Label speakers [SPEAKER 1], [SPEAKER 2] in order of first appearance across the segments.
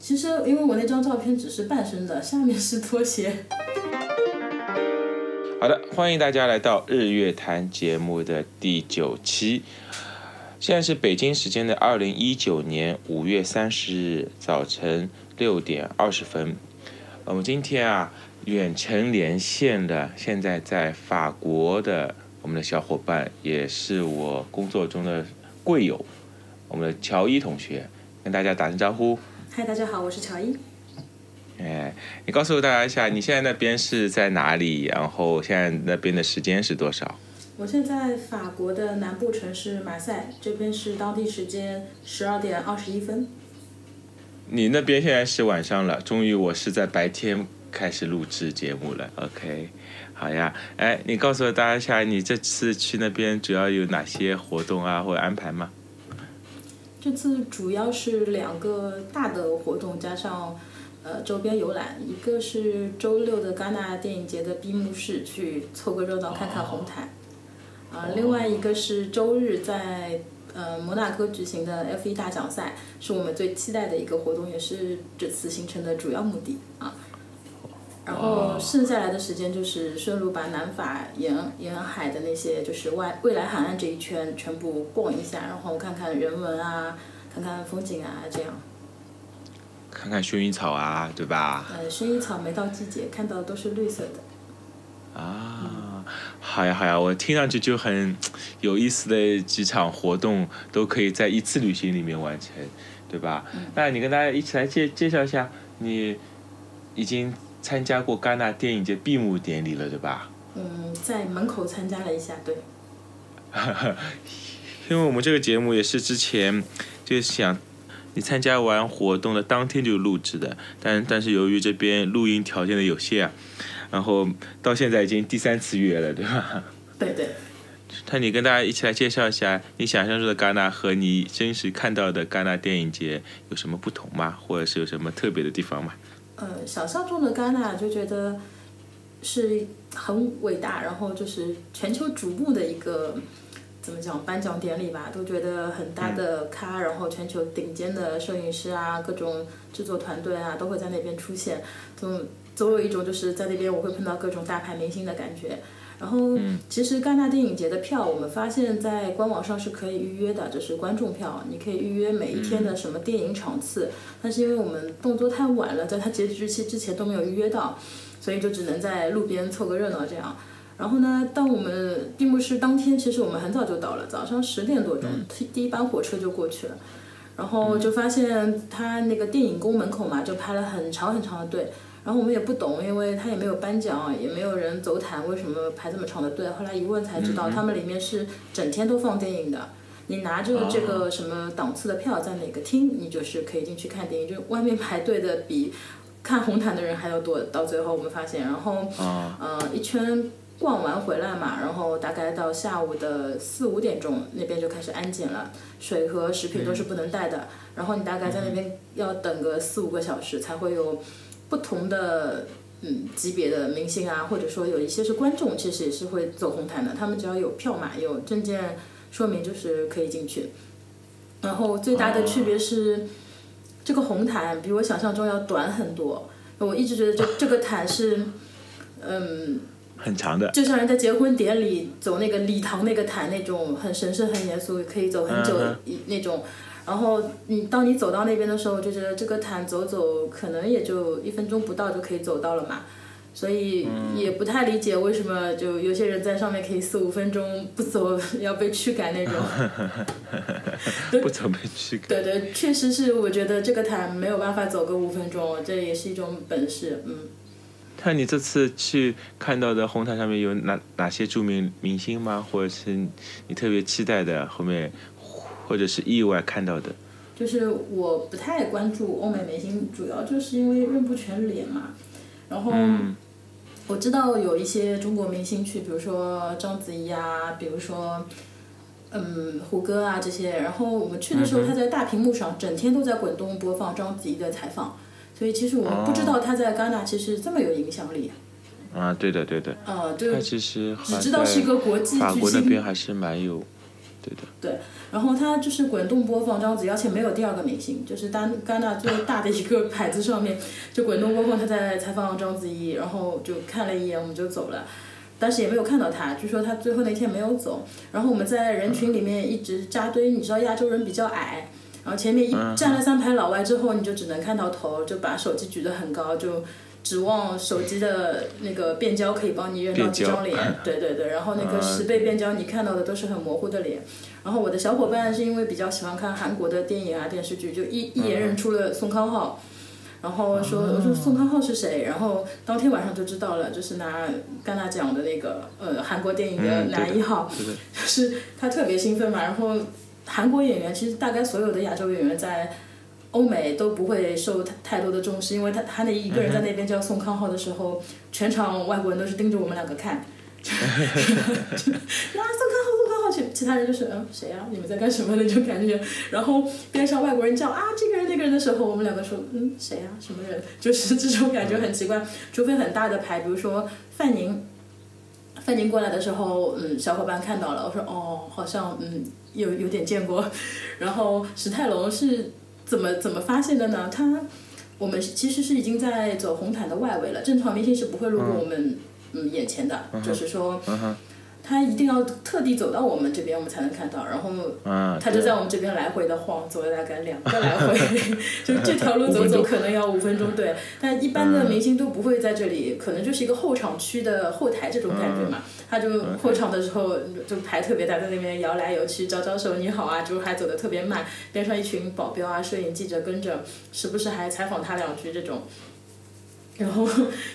[SPEAKER 1] 其实因为我那张照片只是半身的，下面是拖鞋。
[SPEAKER 2] 好的，欢迎大家来到日月潭节目的第九期。现在是北京时间的二零一九年五月三十日早晨六点二十分。我们今天啊，远程连线的，现在在法国的我们的小伙伴，也是我工作中的贵友，我们的乔伊同学，跟大家打声招呼。
[SPEAKER 1] 嗨，大家好，我是乔伊。
[SPEAKER 2] 哎，你告诉大家一下，你现在那边是在哪里？然后现在那边的时间是多少？
[SPEAKER 1] 我现在在法国的南部城市马赛，这边是当地时间十二点二十一分。
[SPEAKER 2] 你那边现在是晚上了，终于我是在白天开始录制节目了。OK，好呀。哎，你告诉大家一下，你这次去那边主要有哪些活动啊，或者安排吗？
[SPEAKER 1] 这次主要是两个大的活动，加上呃周边游览，一个是周六的戛纳电影节的闭幕式，去凑个热闹看看红毯。啊、另外一个是周日在呃摩纳哥举行的 F1 大奖赛，是我们最期待的一个活动，也是这次行程的主要目的啊。然后剩下来的时间就是顺路把南法沿沿海的那些就是外未来海岸这一圈全部逛一下，然后看看人文啊，看看风景啊，这样。
[SPEAKER 2] 看看薰衣草啊，对吧？
[SPEAKER 1] 呃，薰衣草没到季节，看到的都是绿色的。
[SPEAKER 2] 啊，好呀好呀，我听上去就很有意思的几场活动都可以在一次旅行里面完成，对吧？那你跟大家一起来介介绍一下，你已经参加过戛纳电影节闭幕典礼了，对吧？
[SPEAKER 1] 嗯，在门口参加了一下，对，
[SPEAKER 2] 因为我们这个节目也是之前就是想你参加完活动的当天就录制的，但但是由于这边录音条件的有限啊，然后到现在已经第三次约了，对吧？
[SPEAKER 1] 对对。
[SPEAKER 2] 那你跟大家一起来介绍一下，你想象中的戛纳和你真实看到的戛纳电影节有什么不同吗？或者是有什么特别的地方吗？
[SPEAKER 1] 呃，想象中的戛纳就觉得是很伟大，然后就是全球瞩目的一个怎么讲颁奖典礼吧，都觉得很大的咖，然后全球顶尖的摄影师啊，各种制作团队啊，都会在那边出现，总总有一种就是在那边我会碰到各种大牌明星的感觉。然后，其实戛纳电影节的票，我们发现在官网上是可以预约的，就是观众票，你可以预约每一天的什么电影场次。但是因为我们动作太晚了，在它截止日期之前都没有预约到，所以就只能在路边凑个热闹这样。然后呢，当我们闭幕式当天，其实我们很早就到了，早上十点多钟，第第一班火车就过去了。然后就发现他那个电影宫门口嘛，就排了很长很长的队。然后我们也不懂，因为他也没有颁奖，也没有人走毯，为什么排这么长的队？后来一问才知道，他们里面是整天都放电影的。你拿着这个什么档次的票，在哪个厅，你就是可以进去看电影。就外面排队的比看红毯的人还要多。到最后我们发现，然后
[SPEAKER 2] 啊，
[SPEAKER 1] 呃，一圈逛完回来嘛，然后大概到下午的四五点钟，那边就开始安检了，水和食品都是不能带的。然后你大概在那边要等个四五个小时，才会有不同的嗯级别的明星啊，或者说有一些是观众，其实也是会走红毯的。他们只要有票码、有证件说明，就是可以进去。然后最大的区别是。这个红毯比我想象中要短很多。我一直觉得这这个毯是，嗯，
[SPEAKER 2] 很长的。
[SPEAKER 1] 就像人家结婚典礼走那个礼堂那个毯那种很神圣、很严肃，可以走很久
[SPEAKER 2] 嗯
[SPEAKER 1] 一那种。然后你当你走到那边的时候，就觉得这个毯走走可能也就一分钟不到就可以走到了嘛。所以也不太理解为什么就有些人在上面可以四五分钟不走， 要被驱赶那种。
[SPEAKER 2] 不怎么去。
[SPEAKER 1] 对对，确实是，我觉得这个毯没有办法走个五分钟，这也是一种本事。嗯，
[SPEAKER 2] 看你这次去看到的红毯上面有哪哪些著名明星吗？或者是你特别期待的后面，或者是意外看到的？
[SPEAKER 1] 就是我不太关注欧美明星，主要就是因为认不全脸嘛。然后
[SPEAKER 2] 嗯
[SPEAKER 1] 我知道有一些中国明星去，比如说章子怡啊，比如说嗯胡歌啊这些。然后我们去的
[SPEAKER 2] 嗯
[SPEAKER 1] 时候，他在大屏幕上整天都在滚动播放章子怡的采访，所以其实我们
[SPEAKER 2] 哦
[SPEAKER 1] 不知道他在戛纳其实这么有影响力。
[SPEAKER 2] 啊，对的对的，
[SPEAKER 1] 呃，就
[SPEAKER 2] 他其实
[SPEAKER 1] 只
[SPEAKER 2] 还
[SPEAKER 1] 知道是一个国际
[SPEAKER 2] 法
[SPEAKER 1] 巨
[SPEAKER 2] 国那
[SPEAKER 1] 星
[SPEAKER 2] 边还是蛮有，对的，
[SPEAKER 1] 然后它就是滚动播放章子怡，而且没有第二个明星，就是丹戛纳最大的一个牌子上面就滚动播放，他在采访章子怡，然后就看了一眼，我们就走了。但是也没有看到他，据说他最后那天没有走。然后我们在人群里面一直扎堆，你知道亚洲人比较矮，然后前面一站了三排老外之后，你就只能看到头，就把手机举得很高，就指望手机的那个变焦可以帮你认到几张脸
[SPEAKER 2] 变焦。
[SPEAKER 1] 对对对，然后那
[SPEAKER 2] 嗯
[SPEAKER 1] 个十倍变焦，你看到的都是很模糊的脸。然后我的小伙伴是因为比较喜欢看韩国的电影啊电视剧，就一一眼
[SPEAKER 2] 嗯
[SPEAKER 1] 认出了宋康昊。然
[SPEAKER 2] 哦
[SPEAKER 1] 后说，我说宋康昊是谁？然后当天晚上就知道了，就是拿戛纳奖的那个呃韩国电影的
[SPEAKER 2] 嗯对的
[SPEAKER 1] 男一号，
[SPEAKER 2] 对 的，
[SPEAKER 1] 就是他特别兴奋嘛。然后韩国演员其实大概所有的亚洲演员在欧美都不会受太太多的重视，因为他他那一个人在那边叫宋康昊的时候，全场外国人都是盯着我们两个看。 就啊，宋康昊，宋康昊，其其他人就是嗯谁呀、你们在干什 么那种感觉。然后边上外国人叫啊这个人那个人的时候，我们两个说嗯谁呀、什么人， 就是这种感觉很奇怪。除非很大的牌，比如说范宁，范宁过来的时候，嗯，小伙伴看到了，我说哦，好像嗯有有点见过。然后史泰龙是怎么怎么发现的呢？他我们是其实是已经在走红毯的外围了，正常明星是不会路过我们嗯眼前的，就是说。他一定要特地走到我们这边，我们才能看到。然后
[SPEAKER 2] 嗯，
[SPEAKER 1] 他就在我们这边来回的晃，走了大概两个来 回，就是这条路走走可能要五分嗯钟，对。但一般的明星都不会在这里，可能就是一个后场区的后台这种感觉嘛。他就后场的时候就排特别大，在那边摇来摇去，招招手你好啊，就是还走的特别慢，边上一群保镖啊、摄影记者跟着，时不时还采访他两句这种。然后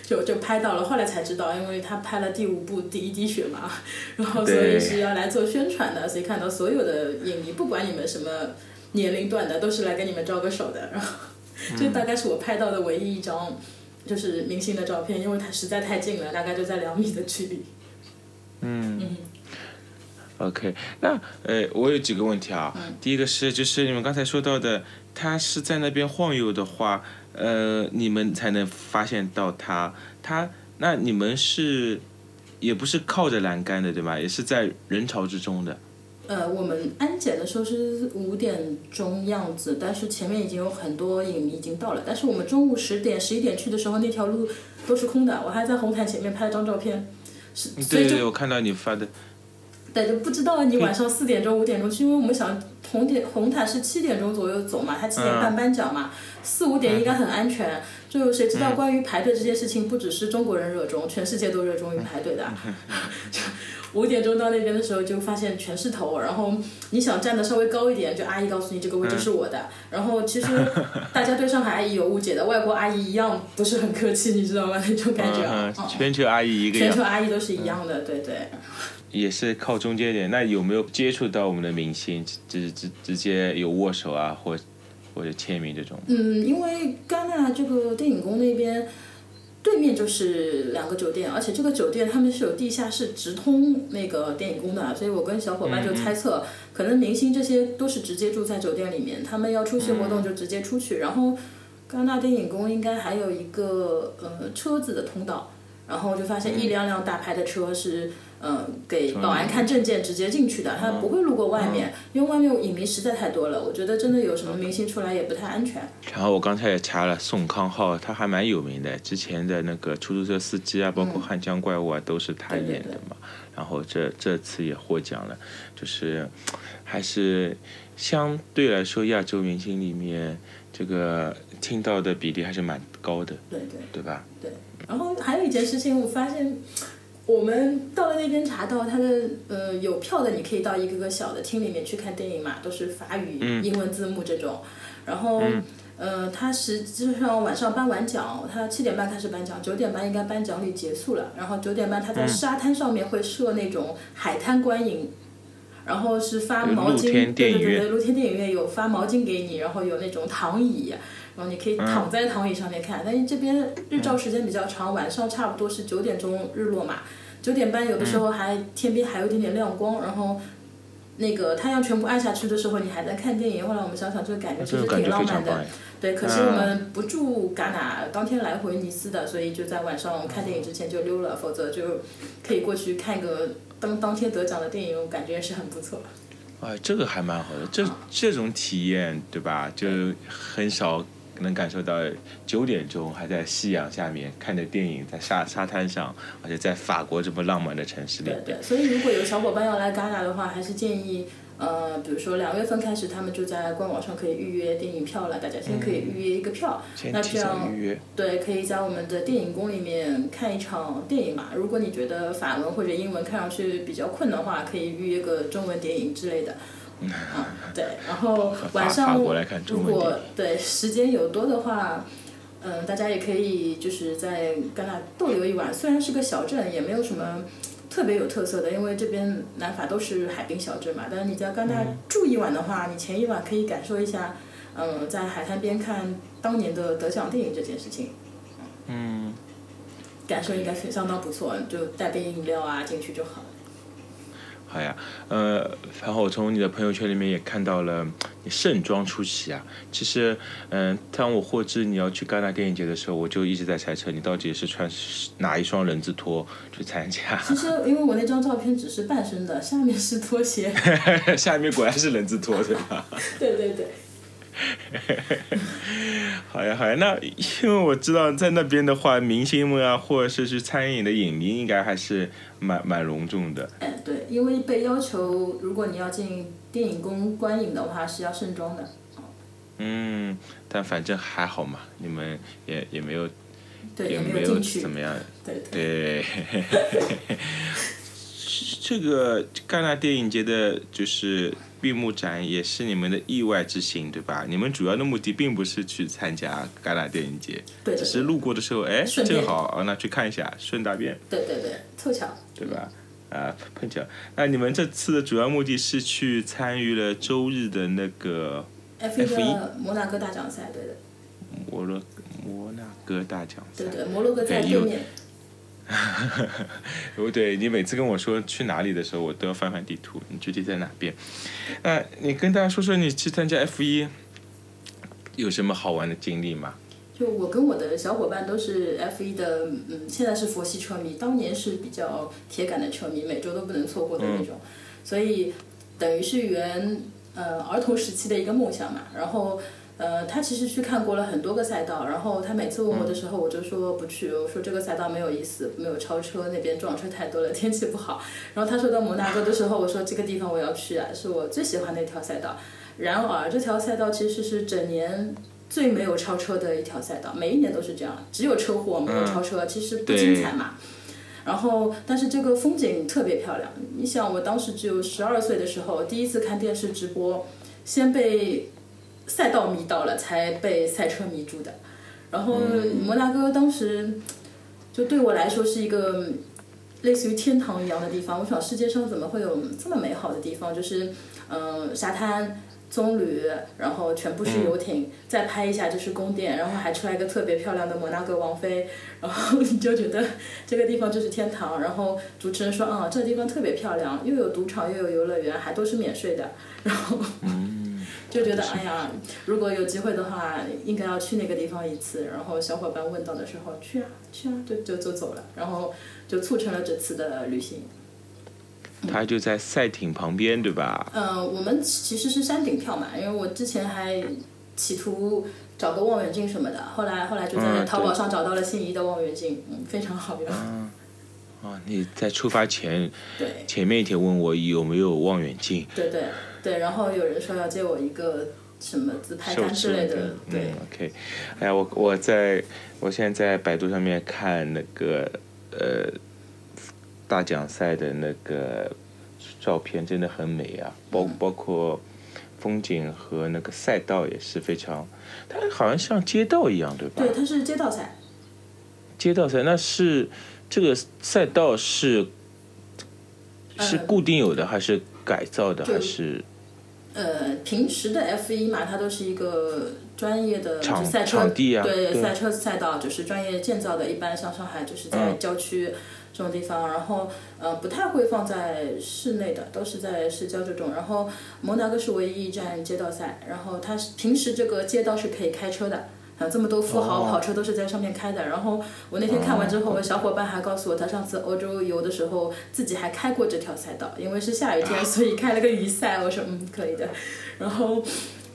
[SPEAKER 1] 就就拍到了，后来才知道，因为他拍了第五部《第一滴血》嘛，然后所以
[SPEAKER 2] 对
[SPEAKER 1] 是要来做宣传的，所以看到所有的影迷，不管你们什么年龄段的，都是来跟你们招个手的。然后这大概是我拍到的唯一一张就是明星的照片，因为他实在太近了，大概就在两米的距离。
[SPEAKER 2] OK，那呃，我有几个问题啊。第一个是，就是你们刚才说到的，他是在那边晃悠的话，呃，你们才能发现到他。他那你们是也不是靠着栏杆的，对吧？也是在人潮之中的。
[SPEAKER 1] 呃，我们安检的时候是五点钟样子，但是前面已经有很多影迷已经到了。但是我们中午十点、十一点去的时候，那条路都是空的。我还在红毯前面拍了张照片，是所
[SPEAKER 2] 对
[SPEAKER 1] 以
[SPEAKER 2] 对，
[SPEAKER 1] 就
[SPEAKER 2] 我看到你发的。
[SPEAKER 1] 对就不知道
[SPEAKER 2] 嗯
[SPEAKER 1] 你晚上四点钟、五点钟去，因为我们想红点红毯是七点钟左右走嘛，他七点
[SPEAKER 2] 嗯
[SPEAKER 1] 半颁奖嘛，四五点应该很安全。就谁知道
[SPEAKER 2] 嗯
[SPEAKER 1] 关于排队这件事情，不只是中国人热衷，全世界都热衷于排 队的。五点钟到那边的时候，就发现全是头，然后你想站的稍微高一点，就阿姨告诉你这个
[SPEAKER 2] 嗯
[SPEAKER 1] 位置是我的。然后其实大家对上海阿姨有误解的，外国阿姨一样不是很客气，你知道吗？那种感觉，
[SPEAKER 2] 嗯，
[SPEAKER 1] 嗯
[SPEAKER 2] 嗯全球阿姨一个
[SPEAKER 1] 全
[SPEAKER 2] 样嗯
[SPEAKER 1] 球，阿姨都是一样的，对对。
[SPEAKER 2] 也是靠中间点。那有没有接触到我们的明星，直直直接有握手啊，或或者签名这种？
[SPEAKER 1] 嗯，因为戛纳这个电影宫那边对面就是两个酒店，而且这个酒店他们是有地下室直通那个电影宫的，所以我跟小伙伴就猜测，可能明星这些都是直接住在酒店里面，他们要出席活动就直接出去，然后戛纳电影宫应该还有一个呃车子的通道。然后就发现一辆辆大牌的车是，呃，给保安看证件直接进去的，他不会路过外面，因为外面影迷实在太多了。我觉得真的有什么明星出来也不太安全。
[SPEAKER 2] 然后我刚才也查了宋康昊，他还蛮有名的，之前的那个出租车司机啊，包括汉江怪物啊，都是他演的嘛。然后这这次也获奖了，就是还是相对来说亚洲明星里面这个听到的比例还是蛮高的，
[SPEAKER 1] 对对。
[SPEAKER 2] 对吧？
[SPEAKER 1] 然后还有一件事情，我发现我们到了那边查到他的呃有票的，你可以到一个个小的厅里面去看电影嘛，都是法语、
[SPEAKER 2] 嗯
[SPEAKER 1] 英文字幕这种。然后、呃，他实际上晚上颁完奖，他七点半开始颁奖，九点半应该颁奖礼结束了。然后九点半他在沙滩上面会设那种海滩观影。然后是发毛
[SPEAKER 2] 露
[SPEAKER 1] 巾，
[SPEAKER 2] 天
[SPEAKER 1] 对
[SPEAKER 2] 电
[SPEAKER 1] 对
[SPEAKER 2] 影
[SPEAKER 1] 对
[SPEAKER 2] 院
[SPEAKER 1] 对，露天电影院有发毛巾给你，然后有那种躺椅，然后你可以躺在躺椅上面
[SPEAKER 2] 嗯
[SPEAKER 1] 看。但是这边日照时间比较长，晚上差不多是九点钟日落嘛，九点半有的
[SPEAKER 2] 嗯
[SPEAKER 1] 时候还天边还有一点点亮光，然后那个太阳全部暗下去的时候，你还在看电影。后来我们想想，这个感觉
[SPEAKER 2] 这
[SPEAKER 1] 其实
[SPEAKER 2] 个啊感
[SPEAKER 1] 挺
[SPEAKER 2] 觉
[SPEAKER 1] 浪
[SPEAKER 2] 非常
[SPEAKER 1] 漫
[SPEAKER 2] 棒
[SPEAKER 1] 的
[SPEAKER 2] 哎。。
[SPEAKER 1] 对，可是我们不住戛纳，当天来回尼斯的，所以就在晚上看电影之前就溜了，否则就可以过去看个当当天得奖的电影，我感觉也是很不错。
[SPEAKER 2] 啊，这个还蛮好的，这这种体验对吧？就很少能感受到九点钟还在夕阳下面看着电影，在沙沙滩上，而且在法国这么浪漫的城市里
[SPEAKER 1] 对
[SPEAKER 2] 边
[SPEAKER 1] 对，所以如果有小伙伴要来戛纳的话，还是建议，呃，比如说两月份开始，他们就在官网上可以预约电影票了，大家先可以
[SPEAKER 2] 嗯
[SPEAKER 1] 预约一个票。
[SPEAKER 2] 先
[SPEAKER 1] 那
[SPEAKER 2] 提
[SPEAKER 1] 这
[SPEAKER 2] 早
[SPEAKER 1] 样
[SPEAKER 2] 预约。
[SPEAKER 1] 对，可以在我们的电影宫里面看一场电影嘛。如果你觉得法文或者英文看上去比较困的话，可以预约个中文电影之类的。啊，对，然后晚
[SPEAKER 2] 法
[SPEAKER 1] 上
[SPEAKER 2] 国来看中
[SPEAKER 1] 如
[SPEAKER 2] 文电影
[SPEAKER 1] 果对时间有多的话，嗯，大家也可以就是在戛纳逗留一晚。虽然是个小镇，也没有什么特别有特色的，因为这边南法都是海滨小镇嘛。但是你在戛纳住一晚的话，你前一晚可以感受一下，嗯，在海滩边看当年的得奖电影这件事情。
[SPEAKER 2] 嗯，
[SPEAKER 1] 感受应该是相当不错，就带杯饮料啊进去就好。
[SPEAKER 2] 好呀，呃，然后我从你的朋友圈里面也看到了你盛装出席啊。其实，嗯、当我获知你要去戛纳电影节的时候，我就一直在猜测你到底是穿哪一双人字拖去参加。
[SPEAKER 1] 其实因为我那张照片只是半身的，下面是拖鞋。
[SPEAKER 2] 下面果然是人字拖，对吧？
[SPEAKER 1] 对对对，
[SPEAKER 2] 好呀，好呀。那因为我知道在那边的话，明星们啊，或者是去参演的影迷，应该还是蛮蛮隆重的。
[SPEAKER 1] 哎对，因为被要求，如果你要进电影宫观影的话是要盛装的。
[SPEAKER 2] 嗯，但反正还好嘛，你们也也没有
[SPEAKER 1] 对，
[SPEAKER 2] 也
[SPEAKER 1] 也
[SPEAKER 2] 没
[SPEAKER 1] 没
[SPEAKER 2] 有
[SPEAKER 1] 进去
[SPEAKER 2] 怎。么样。
[SPEAKER 1] 对对。
[SPEAKER 2] 对， 这个戛纳电影节的就是闭幕展，也是你们的意外之行，对吧？你们主要的目的并不是去参加戛纳电影节，
[SPEAKER 1] 对对对
[SPEAKER 2] 只是路过的时候，哎，
[SPEAKER 1] 顺便
[SPEAKER 2] 正好啊，那去看一下，顺大便，
[SPEAKER 1] 对对对，凑巧。
[SPEAKER 2] 对吧？啊，碰巧。那你们这次的主要目的是去参与了周日的那个
[SPEAKER 1] F 一
[SPEAKER 2] F1
[SPEAKER 1] 的摩纳哥大奖赛，对的，
[SPEAKER 2] 摩洛摩纳哥大奖赛
[SPEAKER 1] 对。对，摩洛哥在
[SPEAKER 2] 对
[SPEAKER 1] 对
[SPEAKER 2] 有
[SPEAKER 1] 面。
[SPEAKER 2] 哦，对你每次跟我说去哪里的时候，我都要翻翻地图，你具体在哪边？那你跟大家说说你去参加 F 一有什么好玩的经历吗？
[SPEAKER 1] 就我跟我的小伙伴都是 F 一的，嗯，现在是佛系车迷，当年是比较铁杆的车迷，每周都不能错过的
[SPEAKER 2] 嗯
[SPEAKER 1] 那种，所以等于是圆呃儿童时期的一个梦想嘛。然后呃，他其实去看过了很多个赛道，然后他每次问我的时候，我就说不去，我说这个赛道没有意思，没有超车，那边撞车太多了，天气不好。然后他说到摩纳哥的时候，我说这个地方我要去啊，是我最喜欢的一条赛道。然而这条赛道其实是整年最没有超车的一条赛道，每一年都是这样，只有车祸没有超车，其实不精彩嘛。然后，但是这个风景特别漂亮。你想，我当时只有十二岁的时候，第一次看电视直播，先被赛道迷到了，才被赛车迷住的。然后摩纳哥当时就对我来说是一个类似于天堂一样的地方。我想世界上怎么会有这么美好的地方？就是嗯、沙滩。棕榈，然后全部是游艇，再拍一下就是宫殿，然后还出来一个特别漂亮的摩纳哥王妃， 然后你就觉得这个地方就是天堂。然后主持人说，啊、这个地方特别漂亮，又有赌场，又有游乐园，还都是免税的。然后 就觉得哎呀，如果有机会的话，应该要去那个地方一次。然后小伙伴问到的时候，去啊去啊，就就就走了，然后就促成了这次的旅行。
[SPEAKER 2] 它就在赛艇旁边，对吧？
[SPEAKER 1] 嗯、我们其实是山顶票嘛，因为我之前还企图找个望远镜什么的，后来后来就在
[SPEAKER 2] 嗯
[SPEAKER 1] 淘宝
[SPEAKER 2] 对
[SPEAKER 1] 上找到了心仪的望远镜，嗯，非常好用。
[SPEAKER 2] 啊，你在出发前
[SPEAKER 1] 对
[SPEAKER 2] 前面一天问我有没有望远镜，
[SPEAKER 1] 对对对，然后有人说要借我一个什么自拍杆之类的，对
[SPEAKER 2] 嗯。，OK，哎呀，我我在我现在在百度上面看那个呃大奖赛的那个照片，真的很美啊，包
[SPEAKER 1] 嗯
[SPEAKER 2] 包括风景和那个赛道也是非常，它好像像街道一样，对吧？
[SPEAKER 1] 对，它是街道赛，
[SPEAKER 2] 街道赛那是这个赛道是是
[SPEAKER 1] 嗯
[SPEAKER 2] 固定有的还是改造的
[SPEAKER 1] 就
[SPEAKER 2] 还是？
[SPEAKER 1] 呃，平时的 F 一嘛，它都是一个专业的
[SPEAKER 2] 场
[SPEAKER 1] 就赛车
[SPEAKER 2] 场地啊
[SPEAKER 1] 对
[SPEAKER 2] 对
[SPEAKER 1] 赛车赛道就是专业建造的，一般像上海就是在
[SPEAKER 2] 嗯
[SPEAKER 1] 郊区这种地方，然后呃不太会放在室内的，都是在市郊这种。然后摩纳哥是唯一一站街道赛，然后它是平时这个街道是可以开车的，啊，这么多富豪
[SPEAKER 2] 哦
[SPEAKER 1] 跑车都是在上面开的。然后我那天看完之后，我小伙伴还告诉我，他上次欧洲游的时候自己还开过这条赛道，因为是下雨天，所以开了个雨赛。我说嗯，可以的。然后，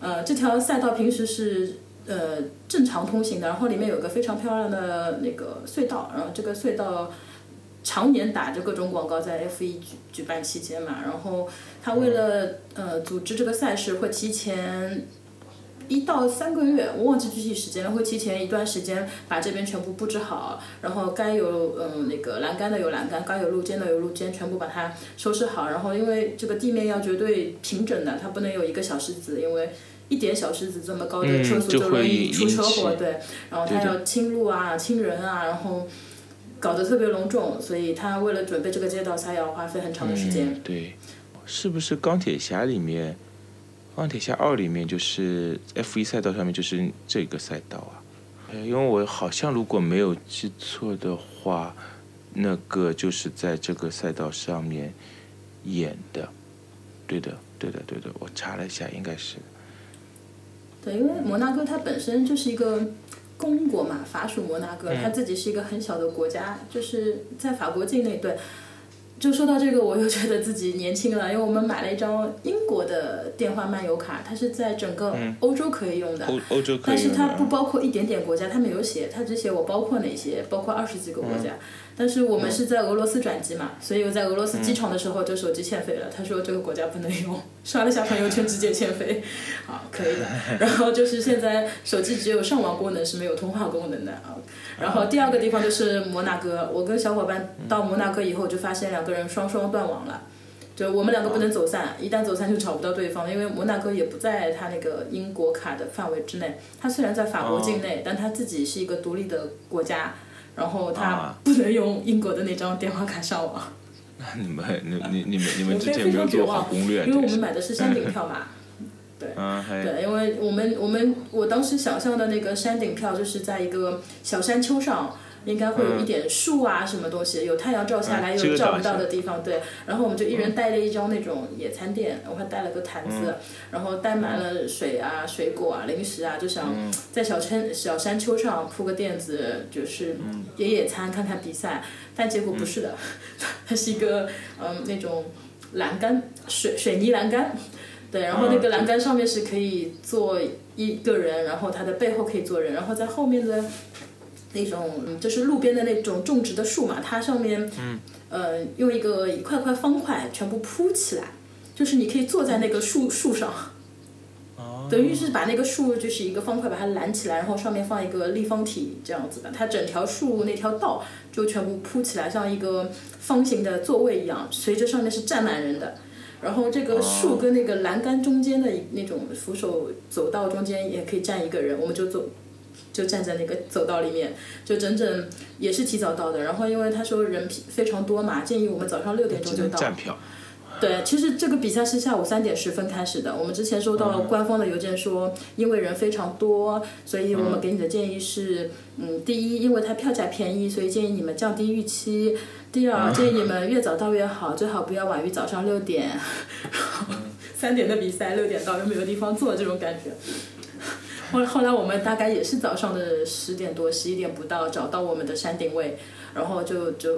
[SPEAKER 1] 呃，这条赛道平时是呃正常通行的，然后里面有个非常漂亮的那个隧道，然后这个隧道常年打着各种广告在 F 一举举办期间嘛，然后他为了呃组织这个赛事，会提前一到三个月，我忘记具体时间了，会提前一段时间把这边全部布置好，然后该有嗯那个栏杆的有栏杆，该有路肩的有路肩，全部把它收拾好。然后因为这个地面要绝对平整的，它不能有一个小石子，因为一点小石子这么高的
[SPEAKER 2] 嗯
[SPEAKER 1] 车速
[SPEAKER 2] 就
[SPEAKER 1] 容
[SPEAKER 2] 会
[SPEAKER 1] 易出
[SPEAKER 2] 引
[SPEAKER 1] 车
[SPEAKER 2] 起
[SPEAKER 1] 祸，对。然后它
[SPEAKER 2] 对的
[SPEAKER 1] 要清路啊、清人啊，然后搞得特别隆重，所以他为了准备这个街道赛，要花费很长的时间。
[SPEAKER 2] 嗯。对，是不是钢铁侠里面，钢铁侠二里面就是 F 一赛道上面就是这个赛道啊？呃因为我好像如果没有记错的话，那个就是在这个赛道上面演的。对的，对的，对的，我查了一下，应该是。
[SPEAKER 1] 对，因为摩纳哥它本身就是一个公国嘛，法属摩纳哥，它自己是一个很小的国家，就是在法国境内。对，就说到这个，我又觉得自己年轻了，因为我们买了一张英国的电话漫游卡，它是在整个欧洲可以用的。
[SPEAKER 2] 欧欧洲可以
[SPEAKER 1] 但是
[SPEAKER 2] 用
[SPEAKER 1] 它
[SPEAKER 2] 的嗯
[SPEAKER 1] 不包括一点点国家，它没有写，它只写我包括哪些，包括二十几个
[SPEAKER 2] 嗯
[SPEAKER 1] 国家。但是我们是在俄罗斯转机嘛，所以我在俄罗斯
[SPEAKER 2] 嗯
[SPEAKER 1] 机场的时候，就手机欠费了。他说这个国家不能用，刷了下朋友圈直接欠费。 好，可以的。然后就是现在手机只有上网功能，是没有通话功能的啊。然后第二个地方就是摩纳哥，我跟小伙伴到摩纳哥以后就发现两个人双双断网了。就我们两个不能走散，一旦走散就找不到对方了，因为摩纳哥也不在他那个英国卡的范围之内。他虽然在法国境
[SPEAKER 2] 哦
[SPEAKER 1] 内，但他自己是一个独立的国家，然后他
[SPEAKER 2] 啊
[SPEAKER 1] 不能用英国的那张电话卡上网。
[SPEAKER 2] 你们、你、你、你们、你
[SPEAKER 1] 我
[SPEAKER 2] 们之
[SPEAKER 1] 非
[SPEAKER 2] 前没有
[SPEAKER 1] 常绝
[SPEAKER 2] 做好
[SPEAKER 1] 望，
[SPEAKER 2] 攻略，
[SPEAKER 1] 因为我
[SPEAKER 2] 真
[SPEAKER 1] 们
[SPEAKER 2] 是。
[SPEAKER 1] 买的是山顶票嘛。
[SPEAKER 2] 嗯，还
[SPEAKER 1] 对，因为我们我们我当时想象的那个山顶票就是在一个小山丘上，应该会有一点树啊什么东西，有太阳照下来，
[SPEAKER 2] 嗯嗯这
[SPEAKER 1] 有
[SPEAKER 2] 个
[SPEAKER 1] 照
[SPEAKER 2] 倒
[SPEAKER 1] 不
[SPEAKER 2] 是嗯
[SPEAKER 1] 到的地方。对，然后我们就一人带了一张那种野餐垫，我还带了个坛子，然后带满了水啊、水果啊、零食啊，就想
[SPEAKER 2] 嗯
[SPEAKER 1] 在小山小山丘上铺个垫子，就是
[SPEAKER 2] 嗯
[SPEAKER 1] 野野餐，看看比赛。但结果不是的，它是一个嗯那种栏杆水水泥栏杆，啊对，然后那个栏杆上面是可以坐一个人，然后它的背后可以坐人，然后在后面的那种嗯就是路边的那种种植的树嘛，它上面嗯呃用一个一块块方块全部铺起来，就是你可以坐在那个树树上。等于是把那个树就是一个方块把它拦起来，然后上面放一个立方体这样子的，它整条树那条道就全部铺起来，像一个方形的座位一样，随着上面是站满人的。然后这个树跟那个栏杆中间的一那种扶手走道中间也可以站一个人，我们就走，就站在那个走道里面，就整整也是提早到的。然后因为他说人非常多嘛，建议我们早上六点钟
[SPEAKER 2] 只
[SPEAKER 1] 就
[SPEAKER 2] 能
[SPEAKER 1] 到。
[SPEAKER 2] 站票。
[SPEAKER 1] 对，其实这个比赛是下午三点十分开始的。我们之前收到官方的邮件说，因为人非常多，所以我们给你的建议是，嗯，第一，因为它票价便宜，所以建议你们降低预期；第二，建议你们越早到越好， 最好不要晚于早上六点。三点的比赛，六点到又没有地方坐，这种感觉。后后来我们大概也是早上的十点多、十一点不到找到我们的山顶位，然后就就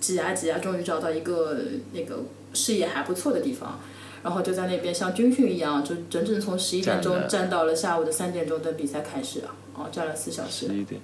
[SPEAKER 1] 挤啊挤啊，终于找到一个那个视野还不错的地方，然后就在那边像军训一样，就整整从十一点钟
[SPEAKER 2] 站了
[SPEAKER 1] 站到了下午的三点钟等比赛开始啊，哦，站了四小时
[SPEAKER 2] 十。一点。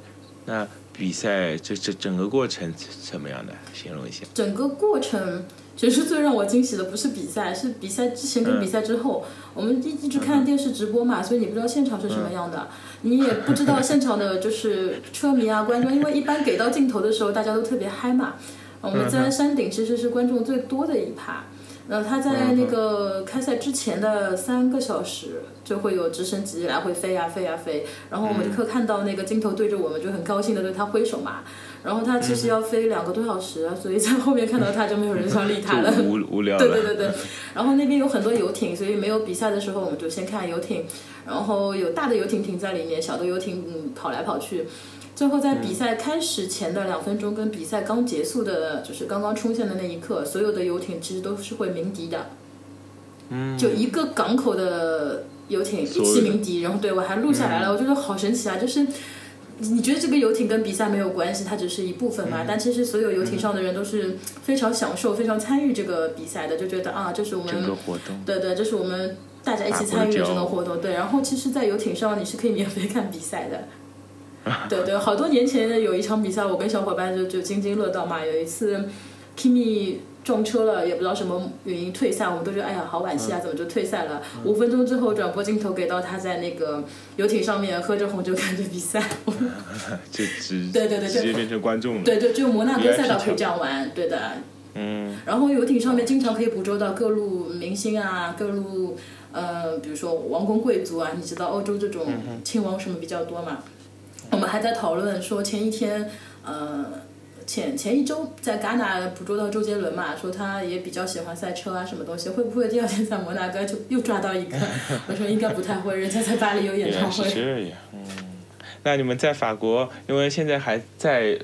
[SPEAKER 2] 那比赛这这整个过程怎么样的？形容一下。
[SPEAKER 1] 整个过程其实最让我惊喜的不是比赛，是比赛之前跟比赛之后。我们一一直看电视直播嘛，所以你不知道现场是什么样的，你也不知道现场的就是车迷啊、观众，因为一般给到镜头的时候，大家都特别嗨嘛。我们在山顶其实是观众最多的一趴。呃，他在那个开赛之前的三个小时，就会有直升机来回飞呀、飞呀、啊飞，然后我们就可以看到那个镜头对着我们，就很高兴的对他挥手嘛。然后他其实要飞两个多小时，所以在后面看到他就没有人想理他了。
[SPEAKER 2] 就无无聊了。
[SPEAKER 1] 对对对对，然后那边有很多游艇，所以没有比赛的时候，我们就先看游艇，然后有大的游艇停在里面，小的游艇嗯跑来跑去。最后在比赛开始前的两分钟跟比赛刚结束的，就是刚刚冲线的那一刻，所有的游艇其实都是会鸣笛的。
[SPEAKER 2] 嗯，
[SPEAKER 1] 就一个港口的游艇一
[SPEAKER 2] 所有
[SPEAKER 1] 起
[SPEAKER 2] 的嗯
[SPEAKER 1] 鸣笛，然后对我还录下来了，我觉得好神奇啊！就是你觉得这个游艇跟比赛没有关系，它只是一部分嘛，但其实所有游艇上的人都是非常享受、非常参与这个比赛的，就觉得啊，这是我们
[SPEAKER 2] 整个活动，
[SPEAKER 1] 对对，这是我们大家一起参与的这个活动。对，然后其实，在游艇上你是可以免费看比赛的。对对，好多年前有一场比赛，我跟小伙伴就就津津乐道嘛。有一次，Kimi 撞车了，也不知道什么原因退赛，我们都觉得哎呀好惋惜啊，怎么就退赛了？五分钟之后，转播镜头给到他在那个游艇上面喝着红酒看着比赛。
[SPEAKER 2] 就直
[SPEAKER 1] 对对对
[SPEAKER 2] 直接
[SPEAKER 1] 就
[SPEAKER 2] 变成观众了。
[SPEAKER 1] 对对，只有摩纳哥
[SPEAKER 2] VIP
[SPEAKER 1] 赛道可以这样玩，对的。
[SPEAKER 2] 嗯，
[SPEAKER 1] 然后游艇上面经常可以捕捉到各路明星啊，各路呃，比如说王公贵族啊，你知道欧洲这种
[SPEAKER 2] 嗯
[SPEAKER 1] 亲王什么比较多嘛？我们还在讨论说前一天，呃，前前一周在戛纳捕捉到周杰伦嘛，说他也比较喜欢赛车啊，什么东西，会不会第二天在摩纳哥就又抓到一个？ 我说应该不太会，人家在巴黎有演
[SPEAKER 2] 原
[SPEAKER 1] 唱
[SPEAKER 2] 来是
[SPEAKER 1] 会。
[SPEAKER 2] 这样。嗯，那你们在法国，因为现在还在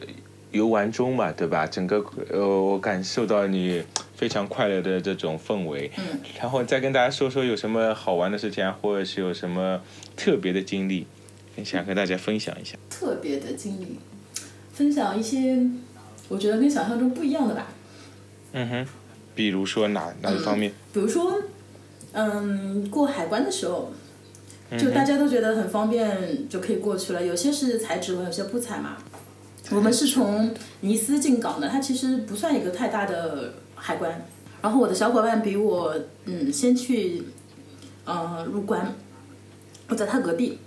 [SPEAKER 2] 游玩中嘛，对吧？整个呃，我感受到你非常快乐的这种氛围。
[SPEAKER 1] 嗯。
[SPEAKER 2] 然后再跟大家说说有什么好玩的事情啊，或者是有什么特别的经历，想跟大家分享一下。
[SPEAKER 1] 特别的经历，分享一些我觉得跟想象中不一样的吧。
[SPEAKER 2] 嗯哼，比如说哪哪一方面？
[SPEAKER 1] 比如说，嗯，过海关的时候，就大家都觉得很方便，就可以过去了。有些是采指纹，有些不采嘛。我们是从尼斯进港的，它其实不算一个太大的海关。然后我的小伙伴比我，嗯，先去，呃，入关，我在他隔壁。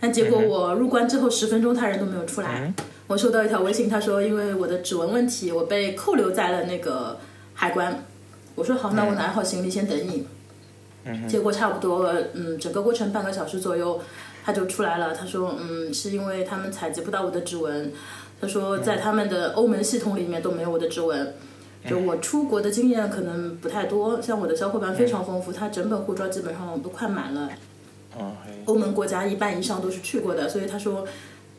[SPEAKER 1] 但结果我入关之后十分钟，他人都没有出来。我收到一条微信，他说因为我的指纹问题，我被扣留在了那个海关。我说好，那我拿好行李先等你。结果差不多，嗯，整个过程半个小时左右，他就出来了。他说，嗯，是因为他们采集不到我的指纹。他说，在他们的欧盟系统里面都没有我的指纹。就我出国的经验可能不太多，像我的小伙伴非常丰富，他整本护照基本上都快满了。
[SPEAKER 2] 嗯，嘿
[SPEAKER 1] 欧盟国家一半以上都是去过的，所以他说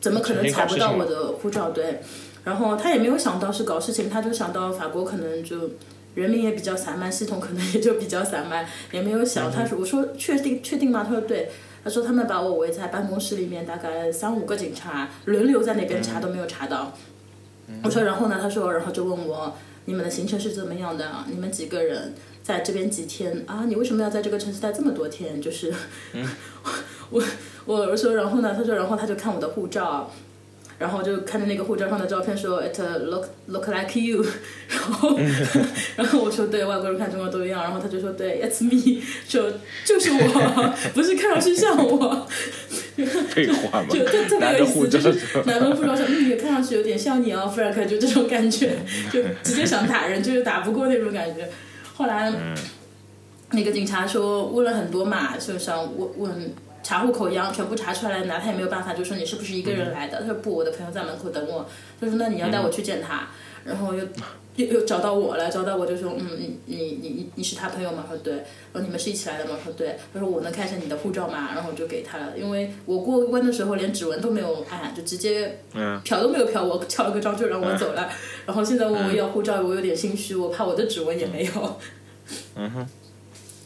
[SPEAKER 1] 怎么可能采不到我的护照？对，然后他也没有想到是搞事情，他就想到法国可能就人民也比较散漫，系统可能也就比较散漫，也没有想。他说我说确定确定吗？他说对。他说他们把我围在办公室里面，大概三五个警察轮流在那边查，都没有查到。我说然后呢？他说然后就问我你们的行程是怎么样的？你们几个人在这边几天啊？你为什么要在这个城市待这么多天？就是。我我说，然后呢？他说，然后他就看我的护照，然后就看着那个护照上的照片说，it look look like you，然 后 然后我说对，外国人看中国都一样，然后他就说对，it's me，说就是我，不是看上去像我，
[SPEAKER 2] 废话嘛
[SPEAKER 1] 就特，特
[SPEAKER 2] 拿
[SPEAKER 1] 别
[SPEAKER 2] 着
[SPEAKER 1] 有意
[SPEAKER 2] 护
[SPEAKER 1] 思，
[SPEAKER 2] 照
[SPEAKER 1] 就是
[SPEAKER 2] 说
[SPEAKER 1] 南方护照说，嗯，你看上去有点像你哦，Frank，就这种感觉，
[SPEAKER 2] 嗯
[SPEAKER 1] 就直接想打人，就是打不过那种感觉。后来，
[SPEAKER 2] 嗯
[SPEAKER 1] 那个警察说问了很多嘛，就想问问查户口一样，全部查出来拿他也没有办法，就说你是不是一个
[SPEAKER 2] 嗯
[SPEAKER 1] 人来的？他说不，我的朋友在门口等我。他说那你要带我去见他，然后又。又又找到我了，找到我就说，嗯，你你你你你是他朋友吗？他说对。然后你们是一起来的吗？他说对。他说我能看一下你的护照吗？然后我就给他了，因为我过关的时候连指纹都没有按，就直接
[SPEAKER 2] 嗯，
[SPEAKER 1] 嫖都没有嫖我，敲了个章就让我走 了。然后现在问我要护照，我有点心虚，我怕我的指纹也没有。
[SPEAKER 2] 嗯哼，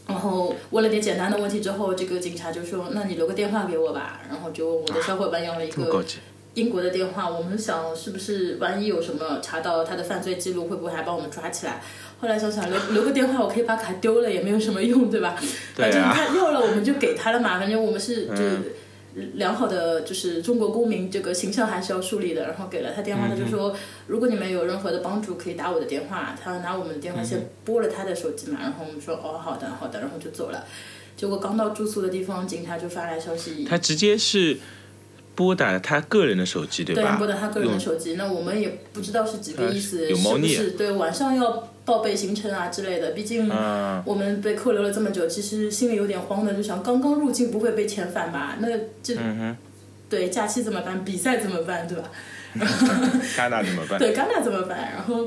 [SPEAKER 1] 然后问了点简单的问题之后，这个警察就说：“那你留个电话给我吧。”然后就问我的小伙伴要了一
[SPEAKER 2] 这么高
[SPEAKER 1] 个
[SPEAKER 2] 级。
[SPEAKER 1] 英国的电话。我们想是不是万一有什么查到他的犯罪记录，会不会还把我们抓起来？后来想想留留个电话，我可以把卡丢了，也没有什么用，对吧？
[SPEAKER 2] 对
[SPEAKER 1] 反正
[SPEAKER 2] 啊
[SPEAKER 1] 他要了我们就给他了嘛，反正我们是就
[SPEAKER 2] 嗯
[SPEAKER 1] 良好的就是中国公民这个形象还是要树立的。然后给了他电话，他
[SPEAKER 2] 嗯
[SPEAKER 1] 就说如果你们有任何的帮助，可以打我的电话。他拿我们的电话先拨了他的手机嘛，然后我们说哦好的好的，然后就走了。结果刚到住宿的地方，警察就发来消息，
[SPEAKER 2] 他直接是拨打他个人的手机，对
[SPEAKER 1] 对
[SPEAKER 2] 吧？呃
[SPEAKER 1] 拨打他个人的手机，那我们也不知道是几个意思，
[SPEAKER 2] 有猫腻
[SPEAKER 1] 是不是对晚上要报备行程啊之类的，毕竟。
[SPEAKER 2] 嗯，
[SPEAKER 1] 我们被扣留了这么久，其实心里有点慌的，就想刚刚入境不会被遣返吧？那这、
[SPEAKER 2] 嗯
[SPEAKER 1] 对假期怎么办？比赛怎么办？对吧？
[SPEAKER 2] 戛纳怎么 办？
[SPEAKER 1] 对，戛纳怎么办？然后，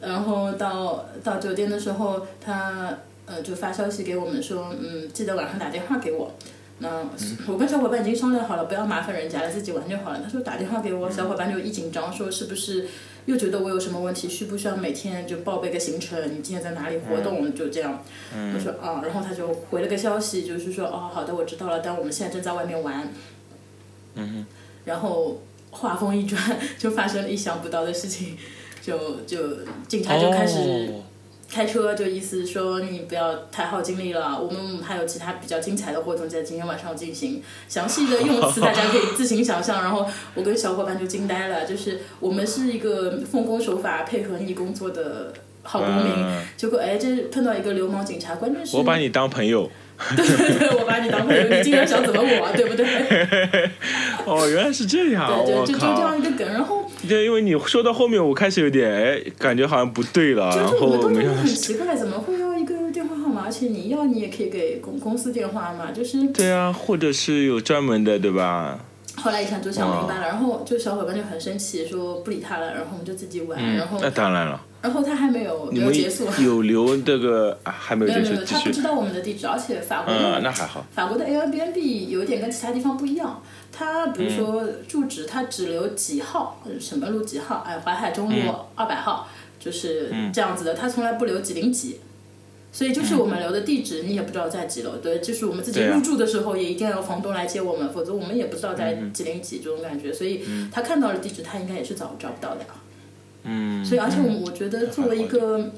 [SPEAKER 1] 然后到到酒店的时候，他呃就发消息给我们说，嗯，记得晚上打电话给我。嗯，我跟小伙伴已经商量好了，不要麻烦人家了，自己玩就好了。他说打电话给我，小伙伴就一紧张，说是不是又觉得我有什么问题，需不需要每天就报备个行程，你今天在哪里活动，就这样。
[SPEAKER 2] 嗯
[SPEAKER 1] 我说啊，然后他就回了个消息，就是说哦，好的，我知道了，但我们现在正在外面玩。
[SPEAKER 2] 嗯哼，
[SPEAKER 1] 然后话锋一转， 就发生了意想不到的事情，就就警察就开始、
[SPEAKER 2] 哦
[SPEAKER 1] 开车就意思说你不要太耗精力了，我们还有其他比较精彩的活动在今天晚上进行。详细的用词大家可以自行想象。然后我跟小伙伴就惊呆了，就是我们是一个奉公守法、配合你工作的好公民，
[SPEAKER 2] 嗯
[SPEAKER 1] 结果哎，这碰到一个流氓 警察，关键是
[SPEAKER 2] 我把你当朋友。
[SPEAKER 1] 对对，我把你当朋友，你竟然想怎么我，对不对？
[SPEAKER 2] 哦，原来是这样，
[SPEAKER 1] 对，就
[SPEAKER 2] 我
[SPEAKER 1] 就就这
[SPEAKER 2] 靠！
[SPEAKER 1] 样一个梗，然后。
[SPEAKER 2] 对，因为你说到后面，我开始有点哎，感觉好像不对了，然
[SPEAKER 1] 就是我们
[SPEAKER 2] 后
[SPEAKER 1] 都
[SPEAKER 2] 没
[SPEAKER 1] 觉
[SPEAKER 2] 有
[SPEAKER 1] 得很奇怪，怎么会要一个电话号码？而且你要你也可以给公公司电话嘛，就是
[SPEAKER 2] 对啊，或者是有专门的，对吧？
[SPEAKER 1] 后来一想就想明白了，然后就小伙伴就很生气，说不理他了，然后我们就自己玩，然后
[SPEAKER 2] 那当然了，
[SPEAKER 1] 然后他还没有
[SPEAKER 2] 嗯哎
[SPEAKER 1] 嗯
[SPEAKER 2] 你
[SPEAKER 1] 没有
[SPEAKER 2] 们
[SPEAKER 1] 结束，
[SPEAKER 2] 有留这个啊，还没有
[SPEAKER 1] 没有
[SPEAKER 2] 结
[SPEAKER 1] 没
[SPEAKER 2] 束
[SPEAKER 1] 有，，
[SPEAKER 2] 继
[SPEAKER 1] 他不
[SPEAKER 2] 续
[SPEAKER 1] 知。道我们的地址，而且法国
[SPEAKER 2] 嗯，
[SPEAKER 1] 的
[SPEAKER 2] 那还好。
[SPEAKER 1] 法国的 Airbnb 有一点跟其他地方不一样，它比如
[SPEAKER 2] 嗯
[SPEAKER 1] 说住址，它只留几号，呃什么路几号，哎，淮海中
[SPEAKER 2] 嗯
[SPEAKER 1] 路二百号，就是这样子的，它从来不留几零几。所以就是我们留的地址，你也不知道在几楼。对，就是我们自己
[SPEAKER 2] 嗯对啊
[SPEAKER 1] 入住的时候，也一定要房东来接我们，否则我们也不知道在
[SPEAKER 2] 嗯
[SPEAKER 1] 几零几这种感觉。所以他看到了地址，他应该也是找找不到的啊。
[SPEAKER 2] 嗯，
[SPEAKER 1] 所以，而且我我觉得作为一个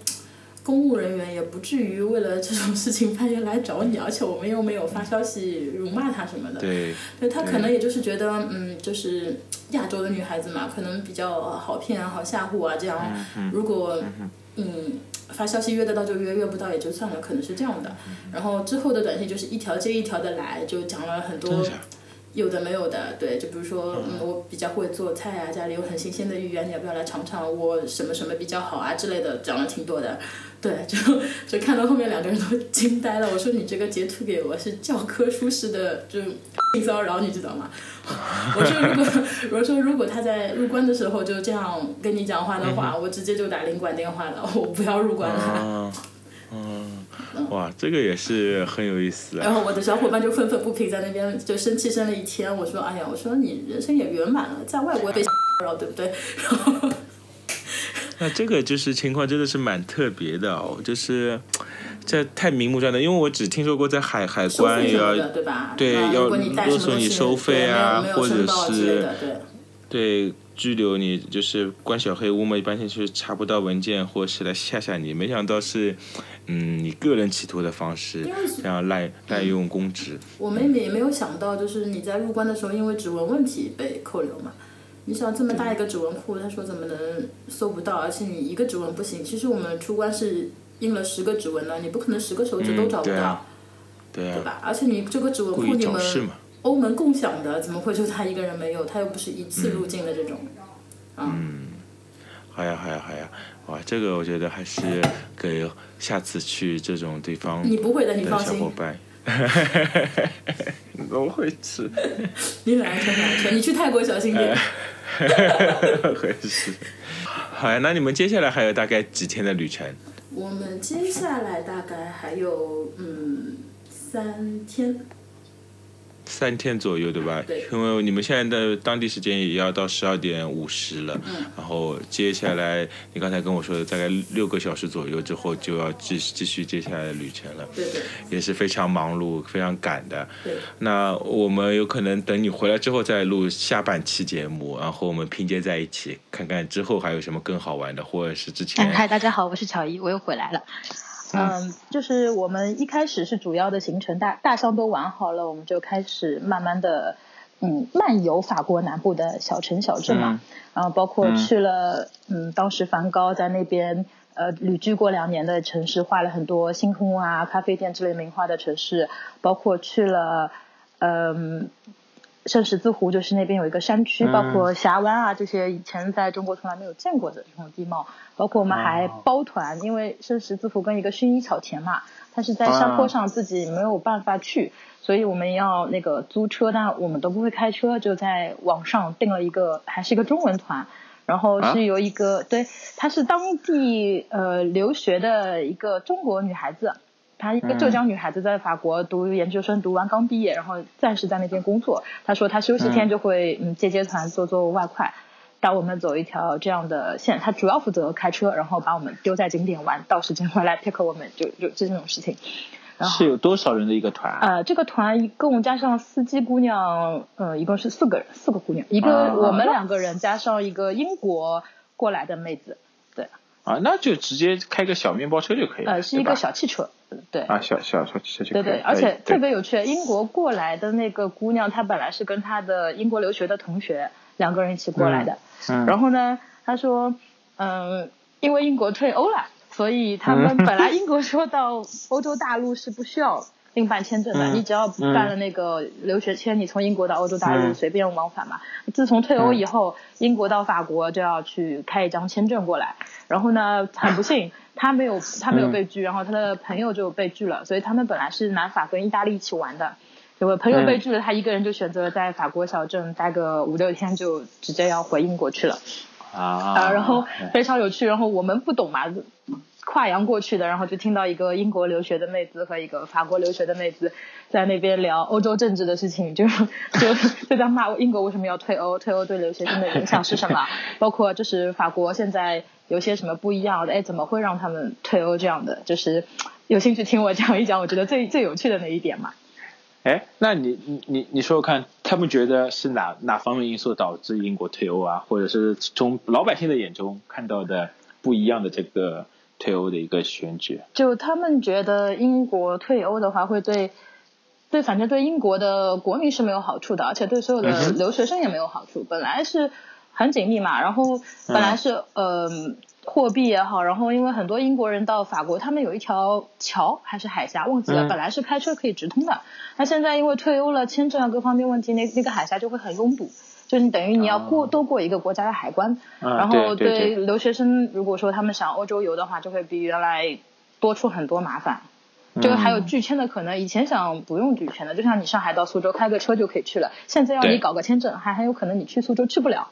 [SPEAKER 1] 公务人员，也不至于为了这种事情半夜来找你，而且我们又没有发消息辱骂他什么的。
[SPEAKER 2] 对，
[SPEAKER 1] 对他可能也就是觉得，嗯，就是亚洲的女孩子嘛，可能比较呃好骗啊、好吓唬啊，这样。
[SPEAKER 2] 嗯
[SPEAKER 1] 如果嗯发消息约得到就约，约不到也就算了，可能是这样的。然后之后的短信就是一条接一条的来，就讲了很多
[SPEAKER 2] 真的假的
[SPEAKER 1] 有的没有的，对，就比如说，嗯，我比较会做菜啊，家里有很新鲜的芋圆，你要不要来尝尝？我什么什么比较好啊之类的，讲了挺多的。对，就就看到后面两个人都惊呆了。我说你这个截图给我是教科书式的，就性骚扰，你知道吗？ 我说如果 我说如果他在入关的时候就这样跟你讲话的话，我直接就打领馆电话了，我不要入关了。
[SPEAKER 2] 嗯 嗯，哇，这个也是很有意思啊。
[SPEAKER 1] 然后我的小伙伴就愤愤不平，在那边就生气生了一天。我说：“哎呀，我说你人生也圆满了，在外国被 骚扰，对不对？”然后
[SPEAKER 2] 那这个就是情况真的是蛮特别的哦，就是这太明目张胆，因为我只听说过在海海
[SPEAKER 1] 收
[SPEAKER 2] 关
[SPEAKER 1] 费
[SPEAKER 2] 也
[SPEAKER 1] 什么
[SPEAKER 2] 要
[SPEAKER 1] 的，对吧？
[SPEAKER 2] 对
[SPEAKER 1] 啊
[SPEAKER 2] 要
[SPEAKER 1] 如果你带什么
[SPEAKER 2] 勒索
[SPEAKER 1] 东
[SPEAKER 2] 你
[SPEAKER 1] 西，
[SPEAKER 2] 收费啊
[SPEAKER 1] 对没有
[SPEAKER 2] 或者
[SPEAKER 1] 没有申报之类
[SPEAKER 2] 是
[SPEAKER 1] 的，对。
[SPEAKER 2] 对拘留你，就是关小黑屋嘛，一般性是查不到文件或是来吓吓你，没想到是，嗯，你个人企图的方式
[SPEAKER 1] 因为是，
[SPEAKER 2] 然后滥滥用公职，
[SPEAKER 1] 我妹妹也没有想到，就是你在入关的时候，因为指纹问题被扣留嘛。你想这么大一个指纹库，他说怎么能搜不到？而且你一个指纹不行，其实我们出关是印了十个指纹的，你不可能十个手指都
[SPEAKER 2] 嗯
[SPEAKER 1] 找不
[SPEAKER 2] 对
[SPEAKER 1] 到，
[SPEAKER 2] 啊对
[SPEAKER 1] 对
[SPEAKER 2] 啊，
[SPEAKER 1] 吧？而且你这个指纹
[SPEAKER 2] 故
[SPEAKER 1] 库，
[SPEAKER 2] 意
[SPEAKER 1] 你
[SPEAKER 2] 找
[SPEAKER 1] 们
[SPEAKER 2] 事嘛，
[SPEAKER 1] 欧盟共享的，怎么会就他一个人没有？他又不是一次入境的这种。啊
[SPEAKER 2] 哎好呀好呀好呀，哇，这个我觉得还是给下次去这种地方
[SPEAKER 1] 你不会的，你
[SPEAKER 2] 的
[SPEAKER 1] 放
[SPEAKER 2] 小伙
[SPEAKER 1] 心，
[SPEAKER 2] 伴，我会吃，
[SPEAKER 1] 你很安全，很安全。你去泰国小心点。
[SPEAKER 2] 会吃，好呀，那你们接下来还有大概几天的旅程？
[SPEAKER 1] 我们接下来大概还有嗯三天，
[SPEAKER 2] 三天左右，对吧？
[SPEAKER 1] 对
[SPEAKER 2] 因为你们现在的当地时间也要到十二点五十了，然后接下来你刚才跟我说的大概六个小时左右之后就要继继续接下来的旅程了，
[SPEAKER 1] 对对
[SPEAKER 2] 也是非常忙碌、非常赶的。
[SPEAKER 1] 对。
[SPEAKER 2] 那我们有可能等你回来之后再录下半期节目，然后我们拼接在一起，看看之后还有什么更好玩的，或者是之前
[SPEAKER 3] 哎嗨，大家好，我是巧姨，我又回来了。嗯，就是我们一开始是主要的行程大大项都玩好了，我们就开始慢慢的，嗯，漫游法国南部的小城小镇嘛。然后包括
[SPEAKER 2] 嗯
[SPEAKER 3] 去了，嗯，当时梵高在那边呃旅居过两年的城市，画了很多星空啊、咖啡店之类名画的城市，包括去了，嗯、圣十字湖，就是那边有一个山区，
[SPEAKER 2] 嗯
[SPEAKER 3] 包括峡湾啊这些以前在中国从来没有见过的这种地貌，包括我们还
[SPEAKER 2] 哦
[SPEAKER 3] 包团，因为圣十字湖跟一个薰衣草田嘛，它是在山坡
[SPEAKER 2] 啊
[SPEAKER 3] 上自己没有办法去，所以我们要那个租车，但我们都不会开车，就在网上订了一个，还是一个中文团，然后
[SPEAKER 2] 啊
[SPEAKER 3] 是由一个、对，她是当地呃留学的一个中国女孩子，她一个
[SPEAKER 2] 嗯
[SPEAKER 3] 浙江女孩子在法国读研究生，读完刚毕业，然后暂时在那边工作。她说她休息天就会嗯接接团，做做外快。带我们走一条这样的线，她主要负责开车，然后把我们丢在景点玩，到时间回来 pick 我们，就就这种事情。然后
[SPEAKER 4] 是有多少人的一个团啊？
[SPEAKER 3] 呃，这个团一共加上司机姑娘，呃，一共是四个人，四个姑娘，一个
[SPEAKER 4] 啊
[SPEAKER 3] 我们两个人加上一个英国过来的妹子，
[SPEAKER 4] 啊，那就直接开个小面包车就可以了，
[SPEAKER 3] 呃，是一
[SPEAKER 4] 对吧
[SPEAKER 3] 个小汽车，呃对。
[SPEAKER 4] 啊小小小汽车就
[SPEAKER 3] 对
[SPEAKER 4] 可以
[SPEAKER 3] 对，
[SPEAKER 4] 了，
[SPEAKER 3] 而且
[SPEAKER 4] 对
[SPEAKER 3] 特别有趣。英国过来的那个姑娘，她本来是跟她的英国留学的同学两个人一起过来的。
[SPEAKER 4] 嗯
[SPEAKER 3] 然后呢，她说，嗯，因为英国退欧了，所以他们
[SPEAKER 4] 嗯
[SPEAKER 3] 本来英国说到欧洲大陆是不需要另办签证的，
[SPEAKER 4] 嗯
[SPEAKER 3] 你只要办了那个留学签，你从英国到欧洲大陆
[SPEAKER 4] 嗯
[SPEAKER 3] 随便往返嘛。自从退欧以后，英国到法国就要去开一张签证过来。然后呢，很不幸，他没有他没有被拒，然后他的朋友就被拒了，所以他们本来是南法跟意大利一起玩的。结果朋友被拒了，他一个人就选择在法国小镇待个五六天，就直接要回英国去了。
[SPEAKER 4] 啊
[SPEAKER 3] 啊，然后非常有趣，然后我们不懂嘛，跨洋过去的，然后就听到一个英国留学的妹子和一个法国留学的妹子在那边聊欧洲政治的事情，就 就就在骂英国为什么要退欧，退欧对留学生的影响是什么，包括就是法国现在有些什么不一样的，哎，怎么会让他们退欧这样的，就是有兴趣听我讲一讲，我觉得最最有趣的那一点嘛。
[SPEAKER 4] 哎，那你你你你说说看，他们觉得是哪哪方面因素导致英国退欧啊，或者是从老百姓的眼中看到的不一样的这个退欧的一个选举？
[SPEAKER 3] 就他们觉得英国退欧的话，会对对，反正对英国的国民是没有好处的，而且对所有
[SPEAKER 4] 嗯
[SPEAKER 3] 的
[SPEAKER 4] 哼
[SPEAKER 3] 留学生也没有好处。本来是很紧密嘛，然后本来是
[SPEAKER 4] 嗯
[SPEAKER 3] 呃货币也好，然后因为很多英国人到法国，他们有一条桥还是海峡，忘记了，
[SPEAKER 4] 嗯
[SPEAKER 3] 本来是开车可以直通的，那现在因为退欧了，签证啊各方面问题，那那个海峡就会很拥堵。就是你等于你要
[SPEAKER 4] 哦
[SPEAKER 3] 过、多过一个国家的海关，
[SPEAKER 4] 啊
[SPEAKER 3] 然后
[SPEAKER 4] 对对
[SPEAKER 3] 留学生，如果说他们想欧洲游的话，就会比原来多出很多麻烦。就
[SPEAKER 4] 嗯
[SPEAKER 3] 还
[SPEAKER 4] 啊
[SPEAKER 3] 有拒签的可能，以前想不用拒签的，就像你上海到苏州开个车就可以去了，现在要
[SPEAKER 4] 对
[SPEAKER 3] 你搞个签证，还很有可能你去苏州去不了，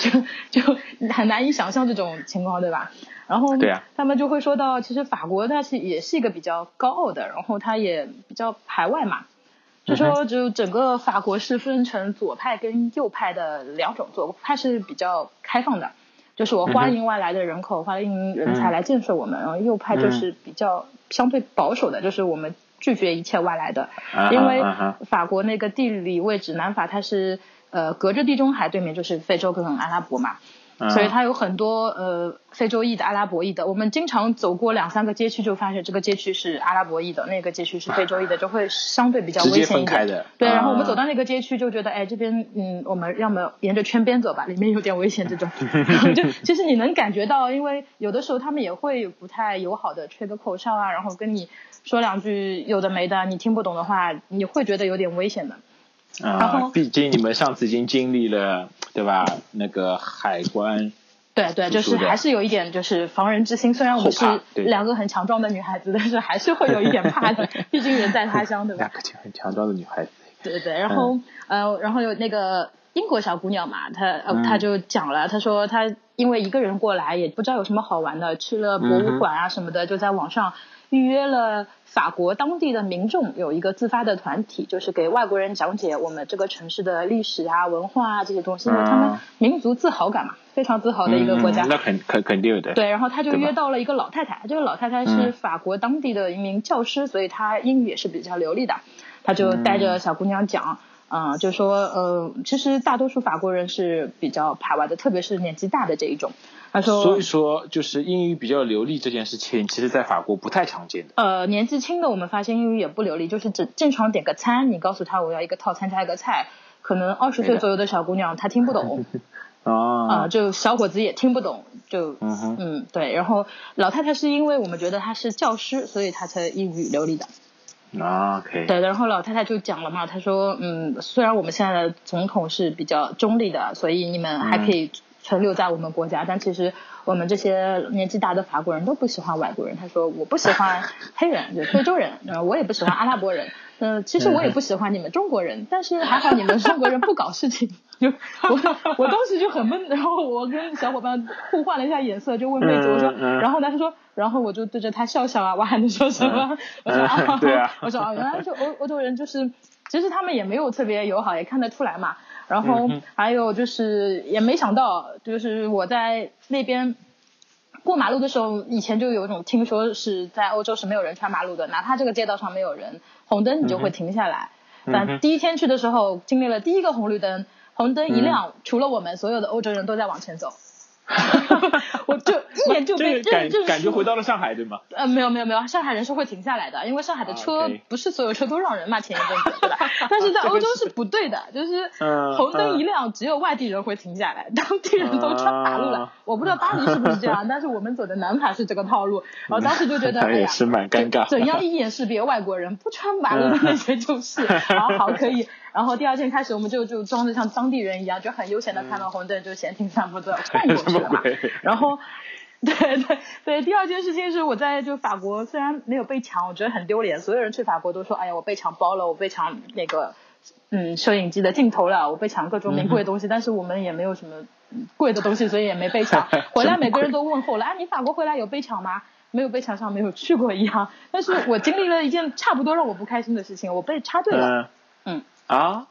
[SPEAKER 3] 就就很难以想象这种情况，对吧？然后
[SPEAKER 4] 对啊
[SPEAKER 3] 他们就会说到，其实法国它是也是一个比较高傲的，然后它也比较排外嘛，
[SPEAKER 4] 嗯
[SPEAKER 3] 就说就整个法国是分成左派跟右派的两种，左派是比较开放的，就是
[SPEAKER 4] 嗯
[SPEAKER 3] 我欢迎外来的人口、欢迎人才来建设我们，然后右派
[SPEAKER 4] 嗯
[SPEAKER 3] 就是比较相对保守的，就是我们拒绝一切外来的，
[SPEAKER 4] 啊哈
[SPEAKER 3] 因为
[SPEAKER 4] 啊哈
[SPEAKER 3] 法国那个地理位置，南法它是呃隔着地中海，对面就是非洲跟阿拉伯嘛，
[SPEAKER 4] 啊
[SPEAKER 3] 所以它有很多呃非洲裔的、阿拉伯裔的。我们经常走过两三个街区，就发现这个街区是阿拉伯裔的，那个街区是非洲裔的，就会相对比较
[SPEAKER 4] 直
[SPEAKER 3] 危
[SPEAKER 4] 接
[SPEAKER 3] 险
[SPEAKER 4] 分
[SPEAKER 3] 一
[SPEAKER 4] 开
[SPEAKER 3] 点。
[SPEAKER 4] 的，
[SPEAKER 3] 对，然后我们
[SPEAKER 4] 啊
[SPEAKER 3] 走到那个街区就觉得，哎，这边嗯，我们要么沿着圈边走吧，里面有点危险这 种。就其实你能感觉到，因为有的时候他们也会不太友好的吹个口哨啊，然后跟你说两句有的没的，你听不懂的话，你会觉得有点危险的。然
[SPEAKER 4] 啊
[SPEAKER 3] 后，
[SPEAKER 4] 毕竟你们上次已经经历了，对吧？那个海关，
[SPEAKER 3] 对对，
[SPEAKER 4] 是
[SPEAKER 3] 就是
[SPEAKER 4] 的
[SPEAKER 3] 还是有一点就是防人之心。虽然我们
[SPEAKER 4] 后
[SPEAKER 3] 是
[SPEAKER 4] 怕对
[SPEAKER 3] 两个很强壮的女孩子，但是还是会有一点怕 的，毕竟人在他乡，对吧
[SPEAKER 4] 那？个就很强壮的女孩子，
[SPEAKER 3] 对对，
[SPEAKER 4] 嗯
[SPEAKER 3] 然后、呃，然后有那个英国小姑娘嘛，她呃
[SPEAKER 4] 嗯
[SPEAKER 3] 她就讲了，她说她因为一个人过来也不知道有什么好玩的，去
[SPEAKER 4] 嗯
[SPEAKER 3] 了博物馆啊什么的，就在网上预约了法国当地的民众有一个自发的团体，就是给外国人讲解我们这个城市的历史啊、文化啊这些东西，因为他们
[SPEAKER 4] 啊
[SPEAKER 3] 民族自豪感嘛，非常自豪的一个国家。
[SPEAKER 4] 嗯嗯那肯肯肯定的，
[SPEAKER 3] 对，然后他就
[SPEAKER 4] 对吧
[SPEAKER 3] 约到了一个老太太，这个老太太是
[SPEAKER 4] 嗯
[SPEAKER 3] 法国当地的一名教师，所以她英语也是比较流利的。他就带着小姑娘讲，嗯、就说，呃，其实大多数法国人是比较排外的，特别是年纪大的这一种。他说，
[SPEAKER 4] 所以说，就是英语比较流利这件事情，其实在法国不太常见的。
[SPEAKER 3] 呃，年纪轻的我们发现英语也不流利，就是只正常点个餐，你告诉他我要一个套餐加一个菜，可能二十
[SPEAKER 4] 对
[SPEAKER 3] 岁
[SPEAKER 4] 的
[SPEAKER 3] 左右的小姑娘她听不 懂啊、
[SPEAKER 4] 啊，
[SPEAKER 3] 就小伙子也听不懂，就
[SPEAKER 4] 嗯哼，
[SPEAKER 3] 嗯，对。然后老太太是因为我们觉得她是教师，所以她才英语流利的。
[SPEAKER 4] 啊，OK，
[SPEAKER 3] 对，然后老太太就讲了嘛，她说，嗯，虽然我们现在的总统是比较中立的，所以你们
[SPEAKER 4] 嗯
[SPEAKER 3] 还可以存留在我们国家，但其实我们这些年纪大的法国人都不喜欢外国人。她说，我不喜欢黑人，就非洲人，然后我也不喜欢阿拉伯人。嗯，其实我也不喜欢你们中国人，但是还好你们中国人不搞事情。就我我当时就很闷，然后我跟小伙伴互换了一下眼色，就问妹子我说，
[SPEAKER 4] 嗯嗯
[SPEAKER 3] 然后呢他说，然后我就对着他笑笑啊，我还能说什么？我说啊，
[SPEAKER 4] 嗯对啊
[SPEAKER 3] 我说啊，原来就 欧欧洲人就是，其实他们也没有特别友好，也看得出来嘛。然
[SPEAKER 4] 嗯
[SPEAKER 3] 后还有就是也没想到，就是我在那边。过马路的时候，以前就有一种听说是在欧洲是没有人穿马路的，哪怕这个街道上没有人，红灯你就会停下来。
[SPEAKER 4] 嗯哼
[SPEAKER 3] 但第一天去的时候，经历了第一个红绿灯，红灯
[SPEAKER 4] 嗯
[SPEAKER 3] 一亮，除了我们，所有的欧洲人都在往前 走。我就一眼就被
[SPEAKER 4] 这个感
[SPEAKER 3] 认认识
[SPEAKER 4] 感觉回到了上海，对吗？
[SPEAKER 3] 呃，没有没有没有，上海人是会停下来的，因为上海的
[SPEAKER 4] 啊
[SPEAKER 3] 车
[SPEAKER 4] ，OK
[SPEAKER 3] 不是所有车都让人嘛，前一阵子对吧？但 是在欧洲是不对的，就是
[SPEAKER 4] 嗯
[SPEAKER 3] 红灯一亮，只有外地人会停下来，当地人都穿马路了
[SPEAKER 4] 啊。
[SPEAKER 3] 我不知道巴黎是不是这 样，但是我们走的南法是这个套路。然后当时就觉得，
[SPEAKER 4] 那
[SPEAKER 3] 哎
[SPEAKER 4] 也
[SPEAKER 3] 呀，
[SPEAKER 4] 是蛮尴尬。
[SPEAKER 3] 怎样一眼识别外国人？不穿马路的那些就是，然后好可以。然后第二天开始，我们就就装的像当地人一样，就很悠闲的
[SPEAKER 4] 嗯
[SPEAKER 3] 看到红灯就闲庭散 步，就晃过
[SPEAKER 4] 什
[SPEAKER 3] 去
[SPEAKER 4] 么
[SPEAKER 3] 了嘛。
[SPEAKER 4] 鬼？。
[SPEAKER 3] 然后，对 对对，第二件事情是我在就法国，虽然没有被抢，我觉得很丢脸。所有人去法国都说，哎呀，我被抢包了，我被抢那个嗯摄影机的镜头了，我被抢各种名贵的东西，但是我们也没有什么嗯贵的东西，所以也没被抢 回来每个人都问候了，啊，你法国回来有被抢吗？没有被抢，像没有去过一样。但是我经历了一件差不多让我不开心的事情，我被插队了。
[SPEAKER 4] 嗯
[SPEAKER 3] 嗯
[SPEAKER 4] 啊，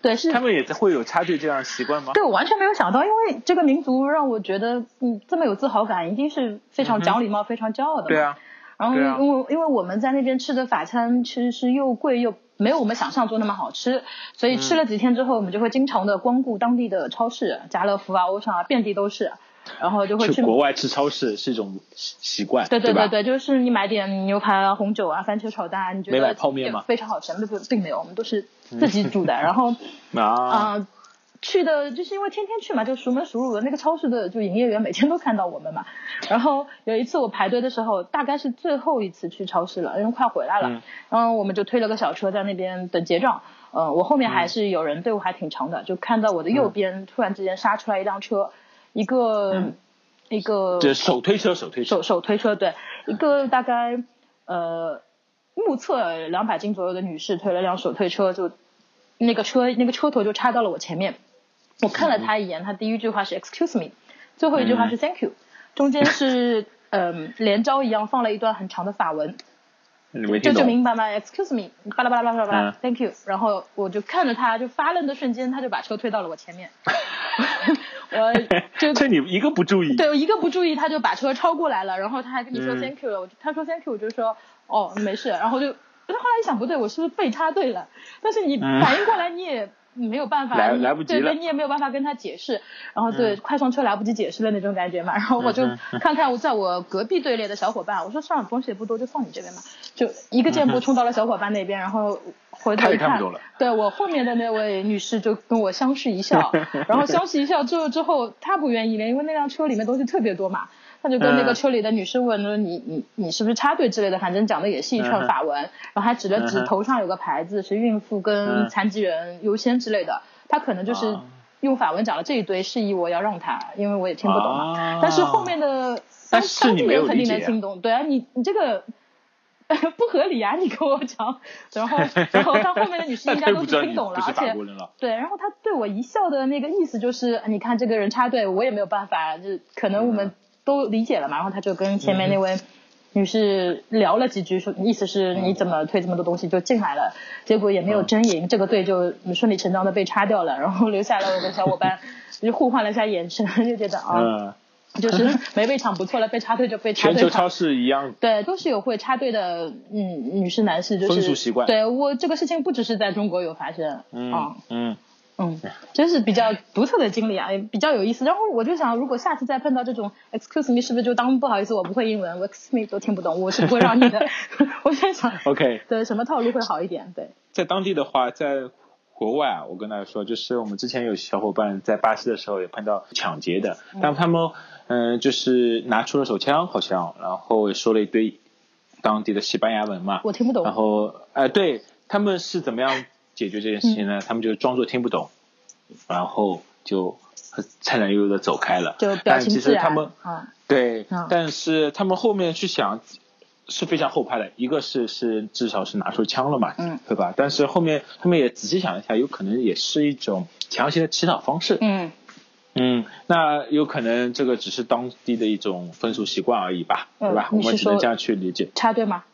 [SPEAKER 3] 对，是
[SPEAKER 4] 他们也会有插队这样的习惯吗？
[SPEAKER 3] 对，我完全没有想到，因为这个民族让我觉得，嗯，这么有自豪感，一定是非
[SPEAKER 4] 嗯
[SPEAKER 3] 常讲礼貌、非常骄傲的。
[SPEAKER 4] 对。啊，
[SPEAKER 3] 然后，
[SPEAKER 4] 对啊
[SPEAKER 3] 因为、因为我们在那边吃的法餐其实是又贵又没有我们想象中那么好吃，所以
[SPEAKER 4] 嗯
[SPEAKER 3] 吃了几天之后，我们就会经常的光顾当地的超市，家乐福啊、欧尚啊，遍地都是，然后就会
[SPEAKER 4] 去
[SPEAKER 3] 去。
[SPEAKER 4] 国外吃超市是一种习惯，
[SPEAKER 3] 对对
[SPEAKER 4] 对吧？
[SPEAKER 3] 对，就是你买点牛排啊、红酒啊、番茄炒蛋啊，你觉得
[SPEAKER 4] 没买泡面嗯吗
[SPEAKER 3] 非常好吃，不并没有，我们都是自己煮的，然后。
[SPEAKER 4] 啊，
[SPEAKER 3] 啊、去的就是因为天天去嘛，就熟门熟路的。那个超市的就营业员每天都看到我们嘛。然后有一次我排队的时候，大概是最后一次去超市了，因为快回来了。
[SPEAKER 4] 嗯
[SPEAKER 3] 然后我们就推了个小车在那边等结账。呃，我后面
[SPEAKER 4] 嗯
[SPEAKER 3] 还是有人队伍还挺长的，就看到我的右边突然之间杀出来一辆车，一个、
[SPEAKER 4] 嗯
[SPEAKER 3] 一个
[SPEAKER 4] 这手推车，手推车
[SPEAKER 3] 手手推车，对，一个大概呃目测两百斤左右的女士推了辆手推车，就那个车那个车头就插到了我前面，我看了她一眼，她第一句话是 Excuse me，最后一句话是 Thank you，、中间是嗯、连招一样放了一段很长的法文，
[SPEAKER 4] 你没
[SPEAKER 3] 这
[SPEAKER 4] 听
[SPEAKER 3] 就
[SPEAKER 4] 懂？
[SPEAKER 3] 明白吗？Excuse me，巴拉巴拉巴拉巴拉、
[SPEAKER 4] 嗯
[SPEAKER 3] t h a n k you。然后我就看着她就发愣的瞬间，她就把车推到了我前面，我就
[SPEAKER 4] 这你一个不注意，
[SPEAKER 3] 对，我一个不注意他就把车超过来了，然后他还跟你说
[SPEAKER 4] 嗯
[SPEAKER 3] thank you 了，我就他说 thank you 我就说哦没事，然后就他后来一想不对，我是不是被插队了？但是你
[SPEAKER 4] 嗯
[SPEAKER 3] 反应过来你也没有办法，
[SPEAKER 4] 来
[SPEAKER 3] 你
[SPEAKER 4] 来不及
[SPEAKER 3] 对
[SPEAKER 4] 了
[SPEAKER 3] 对，你也没有办法跟他解释，然后对、快上车来不及解释的那种感觉嘛，然后我就
[SPEAKER 4] 嗯
[SPEAKER 3] 看看我在我隔壁队列的小伙伴，我说上海东西也不多，就放你这边吧，就一个箭步冲到了小伙伴那边，然后回
[SPEAKER 4] 嗯他
[SPEAKER 3] 头
[SPEAKER 4] 也
[SPEAKER 3] 一
[SPEAKER 4] 看
[SPEAKER 3] 看
[SPEAKER 4] 不懂了，
[SPEAKER 3] 对我后面的那位女士就跟我相视一 笑，然后相视一笑之后之后，她不愿意了，因为那辆车里面东西特别多嘛，她就跟那
[SPEAKER 4] 嗯
[SPEAKER 3] 个车里的女士问说你你你是不是插队之类的，反正讲的也是一
[SPEAKER 4] 嗯哼
[SPEAKER 3] 串法文，然后还指了
[SPEAKER 4] 嗯
[SPEAKER 3] 指
[SPEAKER 4] 哼
[SPEAKER 3] 头上有个牌子是孕妇
[SPEAKER 4] 嗯
[SPEAKER 3] 跟残疾人优先之类的，她可能就是
[SPEAKER 4] 啊
[SPEAKER 3] 用法文讲了这一堆，示意我要让她，因为我也听不懂嘛。
[SPEAKER 4] 啊
[SPEAKER 3] 但是后面的
[SPEAKER 4] 但
[SPEAKER 3] 当
[SPEAKER 4] 是
[SPEAKER 3] 当
[SPEAKER 4] 你
[SPEAKER 3] 地
[SPEAKER 4] 没有
[SPEAKER 3] 人肯
[SPEAKER 4] 理
[SPEAKER 3] 定能
[SPEAKER 4] 解啊
[SPEAKER 3] 听懂，对啊，你你这个 不合理啊，你跟我讲，然 后然后到后面的女士
[SPEAKER 4] 那
[SPEAKER 3] 应
[SPEAKER 4] 他
[SPEAKER 3] 该
[SPEAKER 4] 也
[SPEAKER 3] 都
[SPEAKER 4] 不
[SPEAKER 3] 是
[SPEAKER 4] 知道
[SPEAKER 3] 听
[SPEAKER 4] 你
[SPEAKER 3] 懂了，
[SPEAKER 4] 不是
[SPEAKER 3] 而
[SPEAKER 4] 法
[SPEAKER 3] 且
[SPEAKER 4] 国人了，
[SPEAKER 3] 对，然后他对我一笑的那个意思就是，啊你看这个人插队，我也没有办法，就可能我们都理解了嘛，然后他就跟前面那位。女士聊了几句，说意思是你怎么推这么多东西就进来了，结果也没有争赢，这个队就顺理成章的被插掉了，然后留下了我跟小伙伴就互换了一下眼神，就觉得啊，
[SPEAKER 4] 嗯，
[SPEAKER 3] 就是没被抢不错了，被插队就被插
[SPEAKER 4] 全
[SPEAKER 3] 队
[SPEAKER 4] 球
[SPEAKER 3] 了。
[SPEAKER 4] 超市一样
[SPEAKER 3] 对，都是有会插队的，嗯，女士、男士，就是
[SPEAKER 4] 风俗习惯
[SPEAKER 3] 对我这个事情不只是在中国有发生，
[SPEAKER 4] 嗯
[SPEAKER 3] 啊
[SPEAKER 4] 嗯，
[SPEAKER 3] 嗯，真是比较独特的经历啊，也比较有意思。然后我就想，如果下次再碰到这种 excuse me，是不是就当不好意思，我不会英文我，excuse me 都听不懂，我是不会让你 的。我在想
[SPEAKER 4] OK
[SPEAKER 3] 对，什么套路会好一点？对，
[SPEAKER 4] 在当地的话，在国外啊，我跟大家说，就是我们之前有小伙伴在巴西的时候也碰到抢劫的，但他们嗯、呃就是拿出了手枪，好像，然后也说了一堆当地的西班牙文嘛，
[SPEAKER 3] 我听不懂
[SPEAKER 4] 然。后呃，对他们是怎么样解决这件事情
[SPEAKER 3] 嗯
[SPEAKER 4] 呢？他们就装作听不懂，然后就很灿烂悠悠的走开了。
[SPEAKER 3] 就表
[SPEAKER 4] 但
[SPEAKER 3] 情
[SPEAKER 4] 其
[SPEAKER 3] 自
[SPEAKER 4] 实
[SPEAKER 3] 然
[SPEAKER 4] 他们
[SPEAKER 3] 啊，
[SPEAKER 4] 对
[SPEAKER 3] 嗯，
[SPEAKER 4] 但是他们后面去想，是非常后怕的，一个是是至少是拿出枪了嘛，
[SPEAKER 3] 嗯，
[SPEAKER 4] 对吧？但是后面他们也仔细想了一下，有可能也是一种强行的乞讨方式，
[SPEAKER 3] 嗯
[SPEAKER 4] 嗯，那有可能这个只是当地的一种风俗习惯而已吧，
[SPEAKER 3] 嗯
[SPEAKER 4] 对吧？我
[SPEAKER 3] 你是
[SPEAKER 4] 们只能
[SPEAKER 3] 说
[SPEAKER 4] 这样去理解，
[SPEAKER 3] 插队吗？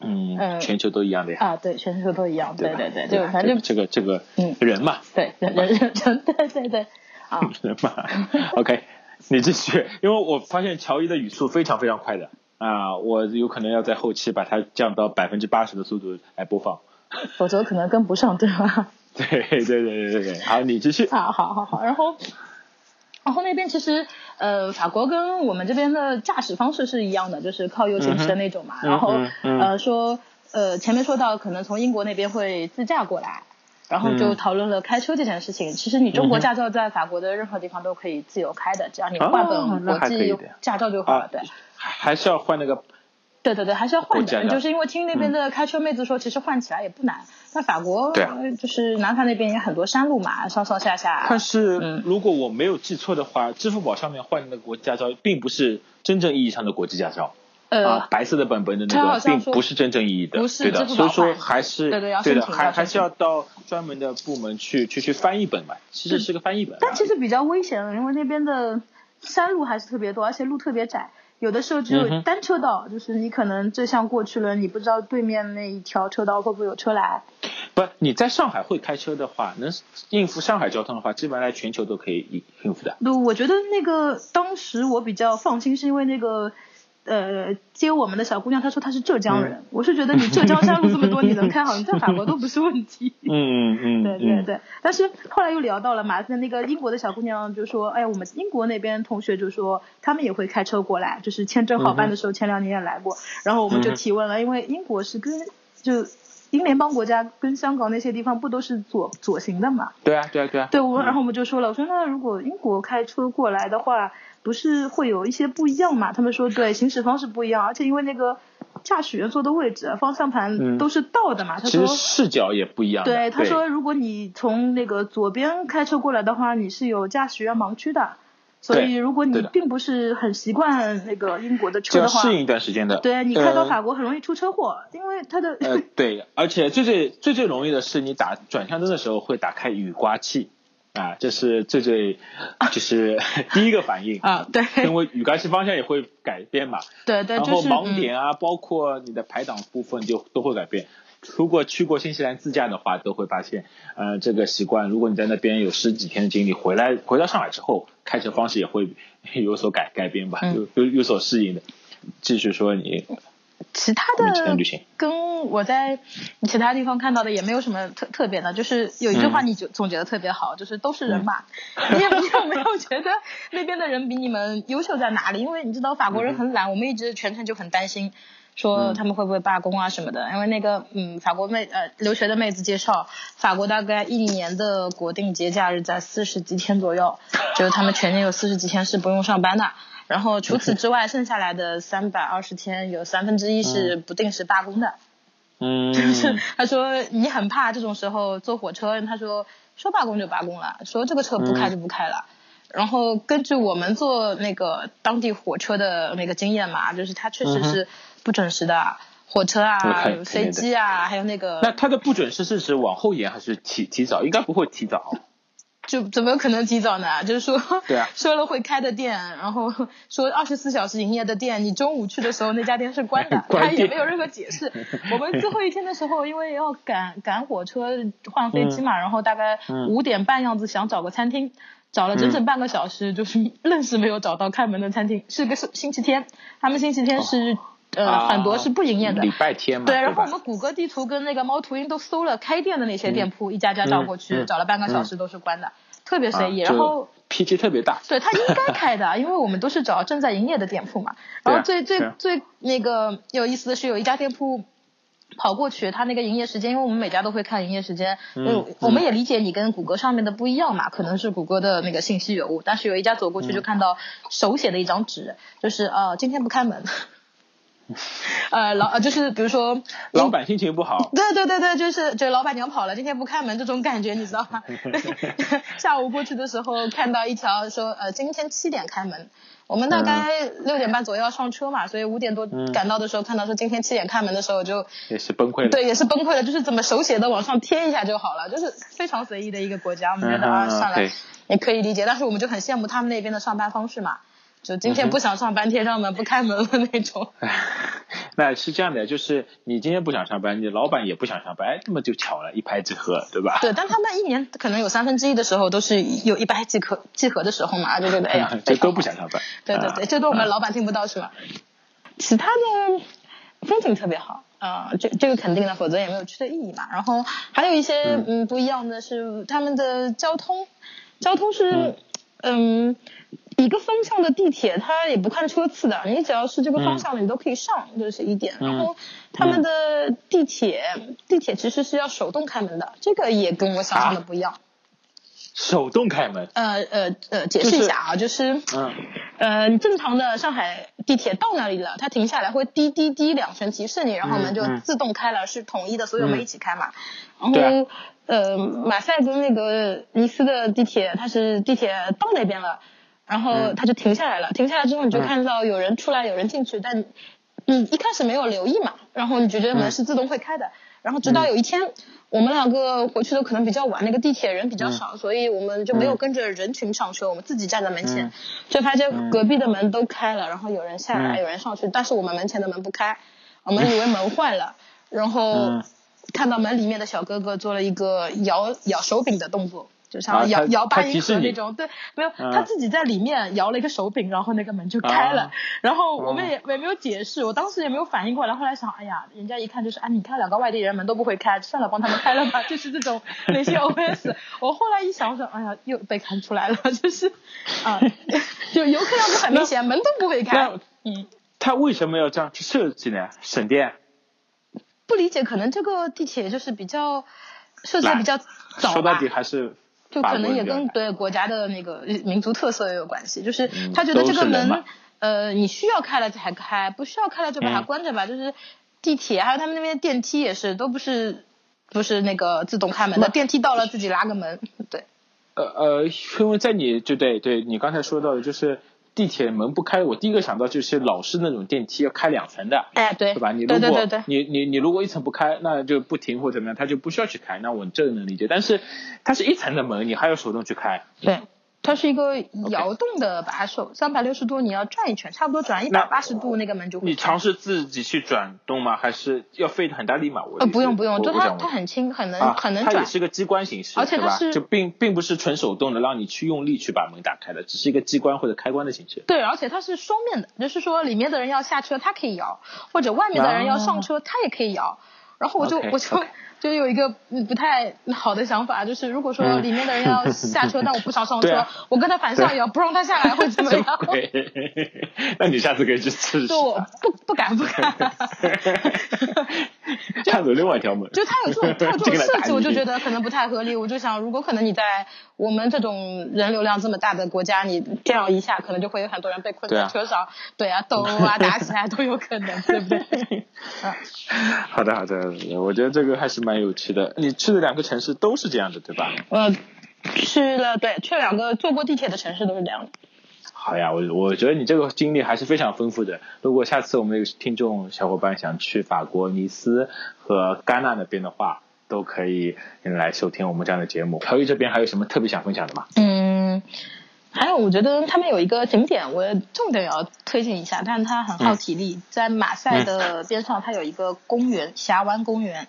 [SPEAKER 4] 嗯，
[SPEAKER 3] 呃
[SPEAKER 4] 全球都一样的呀，
[SPEAKER 3] 啊，对，全球都一样，对
[SPEAKER 4] 吧？
[SPEAKER 3] 对
[SPEAKER 4] 对
[SPEAKER 3] 对，就
[SPEAKER 4] 吧
[SPEAKER 3] 反正
[SPEAKER 4] 这个这个
[SPEAKER 3] 嗯
[SPEAKER 4] 人嘛，
[SPEAKER 3] 对人人人人，对对对，啊，
[SPEAKER 4] 人 嘛，OK，你继续，因为我发现乔伊的语速非常非常快的啊，我有可能要在后期把它降到百分之八十的速度来播放。
[SPEAKER 3] 否则可能跟不上，对吧？
[SPEAKER 4] 对对对对对对，好，你继续。
[SPEAKER 3] 啊，好好好，然后。然后那边其实，呃，法国跟我们这边的驾驶方式是一样的，就是靠右行驶的那种嘛。
[SPEAKER 4] 嗯哼
[SPEAKER 3] 然后，
[SPEAKER 4] 嗯嗯嗯
[SPEAKER 3] 呃，说，呃，前面说到可能从英国那边会自驾过来，然后就
[SPEAKER 4] 嗯
[SPEAKER 3] 讨论了开车这件事情。其实你中国驾照在法国的任何地方都可以自由开的，只要你换
[SPEAKER 4] 哦
[SPEAKER 3] 本
[SPEAKER 4] 那
[SPEAKER 3] 国
[SPEAKER 4] 还可以
[SPEAKER 3] 际
[SPEAKER 4] 的
[SPEAKER 3] 驾照就好了。
[SPEAKER 4] 啊
[SPEAKER 3] 对，，
[SPEAKER 4] 还是要换那个
[SPEAKER 3] 对对对，还是要换
[SPEAKER 4] 国家
[SPEAKER 3] 的。
[SPEAKER 4] 的
[SPEAKER 3] 就是因为听那边的开车妹子说，其实换起来也不难。那法国
[SPEAKER 4] 嗯对啊
[SPEAKER 3] 呃就是南法那边也很多山路嘛，上上下下。
[SPEAKER 4] 但是
[SPEAKER 3] 嗯
[SPEAKER 4] 如果我没有记错的话，支付宝上面换的那个国际驾照，并不是真正意义上的国际驾照。啊
[SPEAKER 3] 呃，，
[SPEAKER 4] 白色的本本的
[SPEAKER 3] 它
[SPEAKER 4] 那个
[SPEAKER 3] 好像
[SPEAKER 4] 并
[SPEAKER 3] 说
[SPEAKER 4] 不是真正意义的，
[SPEAKER 3] 不是
[SPEAKER 4] 对的，
[SPEAKER 3] 支付
[SPEAKER 4] 所
[SPEAKER 3] 宝
[SPEAKER 4] 以说
[SPEAKER 3] 换
[SPEAKER 4] 还是
[SPEAKER 3] 对对要
[SPEAKER 4] 的，
[SPEAKER 3] 申请
[SPEAKER 4] 还
[SPEAKER 3] 要
[SPEAKER 4] 还
[SPEAKER 3] 申
[SPEAKER 4] 是
[SPEAKER 3] 请
[SPEAKER 4] 要到专门的部门去去去翻译本嘛，其实是个翻译本啊。
[SPEAKER 3] 嗯但其实比较危险，因为那边的山路还是特别多，而且路特别窄，有的时候只
[SPEAKER 4] 嗯
[SPEAKER 3] 有
[SPEAKER 4] 哼
[SPEAKER 3] 单车道，就是你可能这项过去了，你不知道对面那一条车道会不会有车来。
[SPEAKER 4] 不，你在上海会开车的话，能应付上海交通的话，基本上在全球都可以应应付的。
[SPEAKER 3] 对，我觉得那个当时我比较放心，是因为那个呃接我们的小姑娘她说她是浙江
[SPEAKER 4] 嗯
[SPEAKER 3] 人，我是觉得你浙江山路这么多，你能开好，你在法国都不是问 题。
[SPEAKER 4] 嗯嗯
[SPEAKER 3] 对对对，但是后来又聊到了嘛，那那个英国的小姑娘就说，哎，我们英国那边同学就说他们也会开车过来，就是签证好办的时候，前两年也来过，然后我们就
[SPEAKER 4] 嗯哼
[SPEAKER 3] 提问了，因为英国是跟就英联邦国家跟香港那些地方不都是左左行的嘛，
[SPEAKER 4] 对啊对啊对啊。
[SPEAKER 3] 对，我然后我们就说了，我说那如果英国开车过来的话，不是会有一些不一样嘛？他们说对，行驶方式不一样，而且因为那个驾驶员坐的位置、方向
[SPEAKER 4] 嗯
[SPEAKER 3] 盘都是倒的嘛。他
[SPEAKER 4] 其实
[SPEAKER 3] 说，
[SPEAKER 4] 视角也不一样的。
[SPEAKER 3] 对，
[SPEAKER 4] 对，
[SPEAKER 3] 他说如果你从那个左边开车过来的话，你是有驾驶员盲区的，所
[SPEAKER 4] 对
[SPEAKER 3] 以如果
[SPEAKER 4] 对
[SPEAKER 3] 你
[SPEAKER 4] 的
[SPEAKER 3] 并不是很习惯那个英国的车
[SPEAKER 4] 这要
[SPEAKER 3] 的话，
[SPEAKER 4] 适应一段时间的。
[SPEAKER 3] 对你开到
[SPEAKER 4] 呃
[SPEAKER 3] 法国很容易出车祸，因为他的、
[SPEAKER 4] 呃，对，而且最最最最容易的是，你打转向灯的时候会打开雨刮器，啊，这是最最就是 第一个反应，
[SPEAKER 3] 啊，对
[SPEAKER 4] 因为雨刮器方向也会改变嘛，
[SPEAKER 3] 对对，
[SPEAKER 4] 然
[SPEAKER 3] 就
[SPEAKER 4] 后
[SPEAKER 3] 是
[SPEAKER 4] 盲
[SPEAKER 3] 嗯
[SPEAKER 4] 点啊，包括你的排档部分就都会改变。如果去过新西兰自驾的话，都会发现，呃，这个习惯，如果你在那边有十几天的经历，回来回到上海之后，开车方式也会 有所改改变吧，
[SPEAKER 3] 嗯
[SPEAKER 4] 有有有所适应的。继续说你
[SPEAKER 3] 嗯其他
[SPEAKER 4] 你只能
[SPEAKER 3] 的
[SPEAKER 4] 旅行
[SPEAKER 3] 跟我在其他地方看到的也没有什么特特别的，就是有一句话
[SPEAKER 4] 嗯
[SPEAKER 3] 你就总结的特别好，就是都是人嘛。 你有你有没有觉得那边的人比你们优秀在哪里？因为你知道法国人很懒，我们一直全程就很担心。说他们会不会罢工啊什么的？因为那个嗯，法国妹呃留学的妹子介绍，法国大概一年的国定节假日在四十几天左右，就是他们全年有四十几天是不用上班的。然后除此之外，剩下来的三百二十天有三分之一是不定时罢工的。
[SPEAKER 4] 嗯，
[SPEAKER 3] 他说你很怕这种时候坐火车，他说说罢工就罢工了，说这个车不开就不开了。然后根据我们坐那个当地火车的那个经验嘛，就是它确实是不准时的，火车
[SPEAKER 4] 那
[SPEAKER 3] 啊
[SPEAKER 4] 肯、
[SPEAKER 3] 飞机啊，还有那个
[SPEAKER 4] 那它的不准时是指往后延还是提提早？应该不会 提早。
[SPEAKER 3] 就怎么可能提早呢？就是说，
[SPEAKER 4] 对啊，
[SPEAKER 3] 说了会开的店，然后说二十四小时营业的店，你中午去的时候那家店是关的
[SPEAKER 4] 关
[SPEAKER 3] 他也
[SPEAKER 4] 店
[SPEAKER 3] 没有任何解 释。我们最后一天的时候，因为要赶赶火车换飞机嘛，然后大概
[SPEAKER 4] 嗯
[SPEAKER 3] 五点半样子想找个餐厅，找了整整半个小时，就是愣是没有找到开门的餐厅。是个星期天，他们星期天是、呃
[SPEAKER 4] 啊
[SPEAKER 3] 很多是不营业的，
[SPEAKER 4] 礼拜天 嘛。
[SPEAKER 3] 对，
[SPEAKER 4] 对，
[SPEAKER 3] 然后 我们谷歌地图跟那个猫头鹰都搜了开店的那些店铺，一家家找过去，
[SPEAKER 4] 嗯嗯
[SPEAKER 3] 找了半个小时都是关的，特别随意。
[SPEAKER 4] 啊
[SPEAKER 3] 然后嗯
[SPEAKER 4] 就脾气特别大。
[SPEAKER 3] 对，它应该开的，因为我们都是找正在营业的店铺嘛。
[SPEAKER 4] 对啊
[SPEAKER 3] 然后最最
[SPEAKER 4] 对啊
[SPEAKER 3] 最那个有意思的是，有一家店铺跑过去，它那个营业时间，因为我们每家都会看营业时间，
[SPEAKER 4] 嗯
[SPEAKER 3] 嗯，我们也理解你跟谷歌上面的不一样嘛，可能是谷歌的那个信息有误，
[SPEAKER 4] 嗯
[SPEAKER 3] 但是有一家走过去就看到手写的一张纸，就是呃今天不开门。 呃，老呃就是比如说
[SPEAKER 4] 老板心情不好，
[SPEAKER 3] 对对对对，就是就老板娘跑了，今天不开门这种感觉，你知 道吗？下午过去的时候看到一条说，呃，今天七点开门，我们大概
[SPEAKER 4] 嗯
[SPEAKER 3] 六点半左右要上车嘛，所以五点多赶到的时候，看到说今天七点开门的时候就，
[SPEAKER 4] 也是崩溃了。
[SPEAKER 3] 对，也是崩溃了，就是怎么手写的往上贴一下就好了，就是非常随意的一个国家，我们觉得啊，
[SPEAKER 4] 嗯
[SPEAKER 3] 算了
[SPEAKER 4] 对，
[SPEAKER 3] 也可以理解，但是我们就很羡慕他们那边的上班方式嘛。就今
[SPEAKER 4] 嗯
[SPEAKER 3] 天不想上班，贴上门不开门了那种。
[SPEAKER 4] 那是这样的，就是你今天不想上班，你老板也不想上班，哎，那么就巧了，一拍即合，对吧？，
[SPEAKER 3] 对，但他们一年可能有三分之一的时候都是有一拍即合即合的时候嘛，就觉得哎呀
[SPEAKER 4] 就都不想上班。
[SPEAKER 3] 非常好。对对对，这都我们老板听不到是吧？嗯其他的风景特别好啊、这这个肯定的，否则也没有去的意义嘛。然后还有一些嗯不一样的是他们的交通，交通是嗯。一个方向的地铁，它也不看车次的，你只要是这个方向的，你都可以上，这、是一点。然后他们的地铁，地铁其实是要手动开门的，这个也跟我想象的不一样。
[SPEAKER 4] 手动开门，
[SPEAKER 3] 呃呃呃，解释一下啊，就是
[SPEAKER 4] 嗯，
[SPEAKER 3] 呃，你正常的上海地铁到那里了，它停下来会滴滴滴两声提示你，然后门就
[SPEAKER 4] 嗯
[SPEAKER 3] 自动开了，是统一的，所以我们一起开嘛。
[SPEAKER 4] 对
[SPEAKER 3] 然
[SPEAKER 4] 啊
[SPEAKER 3] 后呃，马赛跟那个尼斯的地铁，它是地铁到那边了，然后
[SPEAKER 4] 嗯
[SPEAKER 3] 它就停下来了。停下来之后，你就看到有人出来，有人进去，但你一开始没有留意嘛，然后你就觉
[SPEAKER 4] 嗯
[SPEAKER 3] 得门是自动会开的。然后直到有一天，我们两个回去的可能比较晚，那个地铁人
[SPEAKER 4] 嗯
[SPEAKER 3] 比较少，所以我们就没有跟着人群上车，我们自己站在门
[SPEAKER 4] 嗯
[SPEAKER 3] 前，就发现隔壁的门都开了，然后有人下来，
[SPEAKER 4] 嗯
[SPEAKER 3] 有人上去，但是我们门前的门不开，我们以为门坏了，然后
[SPEAKER 4] 嗯
[SPEAKER 3] 看到门里面的小哥哥做了一个摇摇手柄的动作。就
[SPEAKER 4] 啊
[SPEAKER 3] 像摇、
[SPEAKER 4] 他
[SPEAKER 3] 摇八
[SPEAKER 4] 他
[SPEAKER 3] 音
[SPEAKER 4] 提示
[SPEAKER 3] 盒
[SPEAKER 4] 你
[SPEAKER 3] 那种，对，没有，
[SPEAKER 4] 嗯
[SPEAKER 3] 他自己在里面摇了一个手柄，然后那个门就开了，
[SPEAKER 4] 啊
[SPEAKER 3] 然后我们也也没有解释，我当时也没有反应过来。后来想，哎呀，人家一看就是，啊，你看两个外地人门都不会开，算了，帮他们开了吧，就是这种那些 OS。我后来一想，我说，哎呀，又被看出来了，就是， 啊，就游客要是很明显，门都不会开
[SPEAKER 4] 那，
[SPEAKER 3] 嗯。
[SPEAKER 4] 他为什么要这样去设计呢？省电，
[SPEAKER 3] 不理解，可能这个地铁就是比较设计得比较早
[SPEAKER 4] 说到
[SPEAKER 3] 吧
[SPEAKER 4] 底，还是
[SPEAKER 3] 就
[SPEAKER 4] 法
[SPEAKER 3] 可
[SPEAKER 4] 国
[SPEAKER 3] 能也
[SPEAKER 4] 人比较
[SPEAKER 3] 跟
[SPEAKER 4] 懒
[SPEAKER 3] 对国家的那个民族特色也有关系，就是
[SPEAKER 4] 嗯
[SPEAKER 3] 他觉得
[SPEAKER 4] 都
[SPEAKER 3] 这个
[SPEAKER 4] 是人
[SPEAKER 3] 门
[SPEAKER 4] 嘛，
[SPEAKER 3] 呃，你需要开了才开，不需要开了就把它
[SPEAKER 4] 嗯
[SPEAKER 3] 关着吧。就是地铁还有他们那边电梯也是，都不是不是那个自动开门的，电梯到了自己拉个门，对。
[SPEAKER 4] 呃呃，因为在你就对对你刚才说到的，就是地铁门不开，我第一个想到就是老式那种电梯要开两层的，
[SPEAKER 3] 哎，对，
[SPEAKER 4] 对吧？你如
[SPEAKER 3] 对
[SPEAKER 4] 果
[SPEAKER 3] 对对对，
[SPEAKER 4] 你你你如果一层不开，那就不停或怎么样，它就不需要去开。那我这能理解，但是它是一层的门，你还要手动去开，
[SPEAKER 3] 对，它是一个摇动的把手，三百六十度你要转一圈，差不多转一百八十度那个门就会
[SPEAKER 4] 你
[SPEAKER 3] 开。
[SPEAKER 4] 尝试自己去转动吗？还是要费很大力嘛？我
[SPEAKER 3] 呃，
[SPEAKER 4] 的意思
[SPEAKER 3] 不用不用，
[SPEAKER 4] 我
[SPEAKER 3] 就
[SPEAKER 4] 我
[SPEAKER 3] 它
[SPEAKER 4] 想问
[SPEAKER 3] 它很轻，很能、
[SPEAKER 4] 啊，
[SPEAKER 3] 很能
[SPEAKER 4] 它
[SPEAKER 3] 转
[SPEAKER 4] 也。是个机关形式，
[SPEAKER 3] 而且
[SPEAKER 4] 对
[SPEAKER 3] 它
[SPEAKER 4] 吧？
[SPEAKER 3] 是
[SPEAKER 4] 就并并不是纯手动的，让你去用力去把门打开的，只是一个机关或者开关的形式。
[SPEAKER 3] 对，而且它是双面的，就是说里面的人要下车，它可以摇；或者外面的人要上车，它也可以摇。然后我就
[SPEAKER 4] 啊 OK，
[SPEAKER 3] 我就
[SPEAKER 4] OK
[SPEAKER 3] 就有一个嗯不太好的想法，就是如果说
[SPEAKER 4] 嗯
[SPEAKER 3] 里面的人要下 车，但我不想上
[SPEAKER 4] 对
[SPEAKER 3] 车
[SPEAKER 4] 啊，
[SPEAKER 3] 我跟他反向摇，不让他下来会怎么
[SPEAKER 4] 什
[SPEAKER 3] 样
[SPEAKER 4] 么？鬼？ 那你下次可以去试试。
[SPEAKER 3] 就我不不敢不敢。
[SPEAKER 4] 看有另外一条门，
[SPEAKER 3] 就他 有这种他有这种
[SPEAKER 4] 这个来
[SPEAKER 3] 设
[SPEAKER 4] 打
[SPEAKER 3] 计，
[SPEAKER 4] 你
[SPEAKER 3] 我就觉得可能不太合理。我就想，如果可能你在我们这种人流量这么大的国家，你这样一下，可能就会有很多人被困
[SPEAKER 4] 对
[SPEAKER 3] 在
[SPEAKER 4] 啊
[SPEAKER 3] 车上，对啊，斗殴 啊，打起来都有可能，对不对？啊，
[SPEAKER 4] 好的好的，好的我觉得这个还是蛮有趣的。你去的两个城市都是这样的，对吧？
[SPEAKER 3] 我去了，对，去了两个坐过地铁的城市都是这样的。
[SPEAKER 4] 好呀，我我觉得你这个经历还是非常丰富的。如果下次我们有听众小伙伴想去法国尼斯和戛纳那边的话，都可以来收听我们这样的节目。乔伊这边还有什么特别想分享的吗？
[SPEAKER 3] 嗯。还有，我觉得他们有一个景点，我重点要推荐一下，但是它很耗体力。在马赛的边上，它有一个公园，峡湾公园。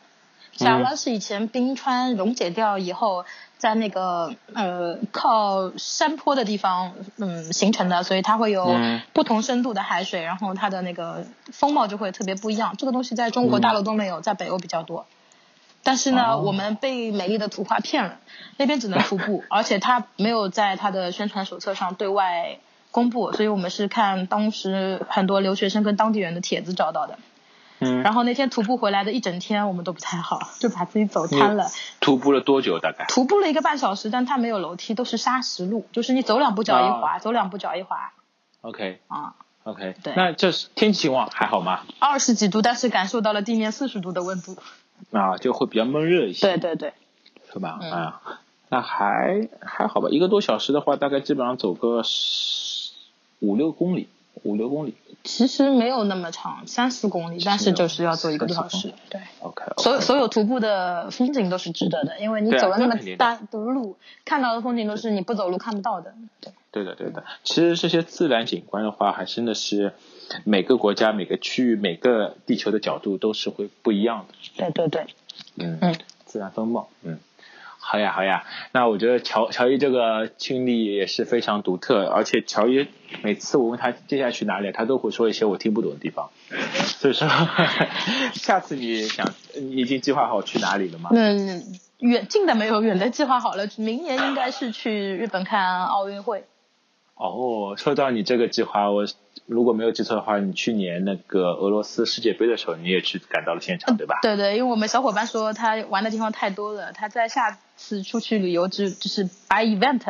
[SPEAKER 3] 峡湾是以前冰川溶解掉以后，在那个呃靠山坡的地方，嗯形成的，所以它会有
[SPEAKER 4] 嗯
[SPEAKER 3] 不同深度的海水，然后它的那个风貌就会特别不一样。这个东西在中国大陆都没有，在北欧比较多。但是呢，
[SPEAKER 4] 嗯哦
[SPEAKER 3] 我们被美丽的图画骗了，那边只能徒 步，而且它没有在它的宣传手册上对外公布，所以我们是看当时很多留学生跟当地人的帖子找到的。
[SPEAKER 4] 嗯
[SPEAKER 3] 然后那天徒步回来的一整天，我们都不太 好，就把自己走瘫了。
[SPEAKER 4] 徒步了多久？大概？
[SPEAKER 3] 徒步了一个半小时，但它
[SPEAKER 4] 哦
[SPEAKER 3] 没有楼梯，都是砂石路，就是你走两步脚一滑，走两步脚一滑
[SPEAKER 4] OK，
[SPEAKER 3] 啊。
[SPEAKER 4] OK，
[SPEAKER 3] 对
[SPEAKER 4] 那这是天气情况还好吗？
[SPEAKER 3] 二十几度，但是感受到了地面四十度的温度。
[SPEAKER 4] 啊，就会比较闷热一些，
[SPEAKER 3] 对对对，
[SPEAKER 4] 是吧？
[SPEAKER 3] 嗯
[SPEAKER 4] 啊，那还还好吧，一个多小时的话，大概基本上走个十五六公里，五六公里。
[SPEAKER 3] 其实没有那么长，三四公里，但是就是要走一个多小
[SPEAKER 4] 30
[SPEAKER 3] 时。对，
[SPEAKER 4] OK，,
[SPEAKER 3] 所有所有徒步的风景都是值得的，因为你
[SPEAKER 4] 对啊
[SPEAKER 3] 走了那么
[SPEAKER 4] 那肯定的
[SPEAKER 3] 大的路，看到的风景都是你不走路看不到的。
[SPEAKER 4] 对的，对的。其实这些自然景观的话，还真的是每个国家、每个区域、每个地球的角度都是会不一样的。
[SPEAKER 3] 对对对，
[SPEAKER 4] 嗯
[SPEAKER 3] 嗯，
[SPEAKER 4] 自然风貌，嗯。好呀，好呀。那我觉得乔乔伊这个经历也是非常独特，而且乔伊每次我问他接下来去哪里，他都会说一些我听不懂的地方。所以说， 下次你想你已经计划好去哪里了吗？
[SPEAKER 3] 那远近的没有，远的计划好了，明年应该是去日本看奥运会。
[SPEAKER 4] 哦，说到你这个计划，我如果没有记错的话，你去年那个俄罗斯世界杯的时候，你也去赶到了现
[SPEAKER 3] 嗯
[SPEAKER 4] 场，对吧？
[SPEAKER 3] 对对，因为我们小伙伴说他玩的地方太多了，他在下次出去旅游只就是摆 event，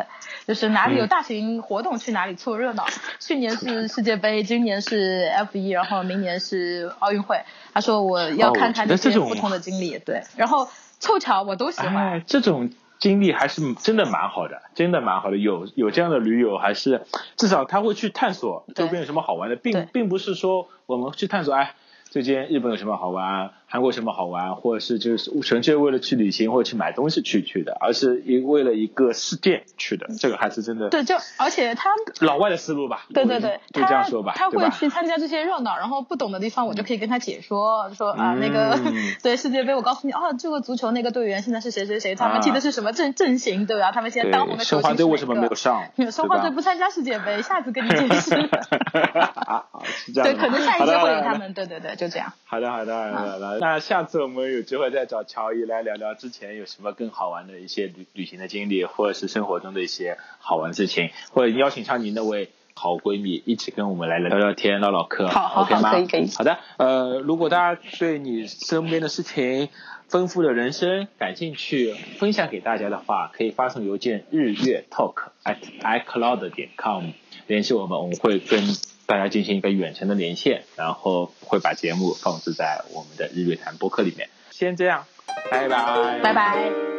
[SPEAKER 3] 就是哪
[SPEAKER 4] 嗯
[SPEAKER 3] 里有大型活动去哪里凑热闹。去年是世界杯，今年是 F 一，然后明年是奥运会。他说我要
[SPEAKER 4] 哦
[SPEAKER 3] 看看
[SPEAKER 4] 我觉得
[SPEAKER 3] 些
[SPEAKER 4] 这种
[SPEAKER 3] 不同的经历，对，然后凑巧我都喜欢。
[SPEAKER 4] 哎，这种经历还是真的蛮好的，真的蛮好的。有有这样的驴友，还是至少他会去探索
[SPEAKER 3] 对
[SPEAKER 4] 周边有什么好玩的，
[SPEAKER 3] 对
[SPEAKER 4] 并并不是说我们去探索哎。最近日本有什么好玩，韩国有什么好玩，或者是就是纯粹为了去旅行或者去买东西去去的，而是一为了一个事件去的，这个还是真的
[SPEAKER 3] 对，就而且他
[SPEAKER 4] 老外的思路吧。
[SPEAKER 3] 对
[SPEAKER 4] 我
[SPEAKER 3] 对对，
[SPEAKER 4] 就这样说吧，
[SPEAKER 3] 他
[SPEAKER 4] 对
[SPEAKER 3] 会
[SPEAKER 4] 吧
[SPEAKER 3] 去参加这些热闹，然后不懂的地方我就可以跟他解说，说啊
[SPEAKER 4] 嗯
[SPEAKER 3] 那个 对世界杯，我告诉你哦，这个足球那个队员现在是谁谁谁，他
[SPEAKER 4] 啊
[SPEAKER 3] 们踢的是什么阵阵型，对吧？他们现在
[SPEAKER 4] 对，
[SPEAKER 3] 当红的球
[SPEAKER 4] 申
[SPEAKER 3] 星
[SPEAKER 4] 花
[SPEAKER 3] 是
[SPEAKER 4] 队为
[SPEAKER 3] 哪
[SPEAKER 4] 什么
[SPEAKER 3] 个
[SPEAKER 4] 没有？上？
[SPEAKER 3] 没有申花队
[SPEAKER 4] 对
[SPEAKER 3] 不
[SPEAKER 4] 吧？
[SPEAKER 3] 参加世界杯，下次跟你解释。
[SPEAKER 4] 啊是 这样
[SPEAKER 3] 对，
[SPEAKER 4] 的
[SPEAKER 3] 可能下一
[SPEAKER 4] 好
[SPEAKER 3] 届
[SPEAKER 4] 的
[SPEAKER 3] 会有
[SPEAKER 4] 好
[SPEAKER 3] 他
[SPEAKER 4] 的
[SPEAKER 3] 们。对对对，就这样。
[SPEAKER 4] 好的，好的，
[SPEAKER 3] 啊
[SPEAKER 4] 好的，好的。那下次我们有机会再找乔伊来聊聊之前有什么更好玩的一些旅旅行的经历，或者是生活中的一些好玩的事情，或者邀请上您那位好闺蜜一起跟我们来聊聊天、唠唠嗑。
[SPEAKER 3] 好好
[SPEAKER 4] o k
[SPEAKER 3] 好
[SPEAKER 4] 吗？
[SPEAKER 3] 可以可以
[SPEAKER 4] 好的，呃，如果大家对你身边的事情、丰富的人生感兴趣，分享给大家的话，可以发送邮件日月 talk at icloud 点 com 联系我们，我们会跟大家进行一个远程的连线，然后会把节目放置在我们的日月潭播客里面。先这样，拜拜，
[SPEAKER 3] 拜拜。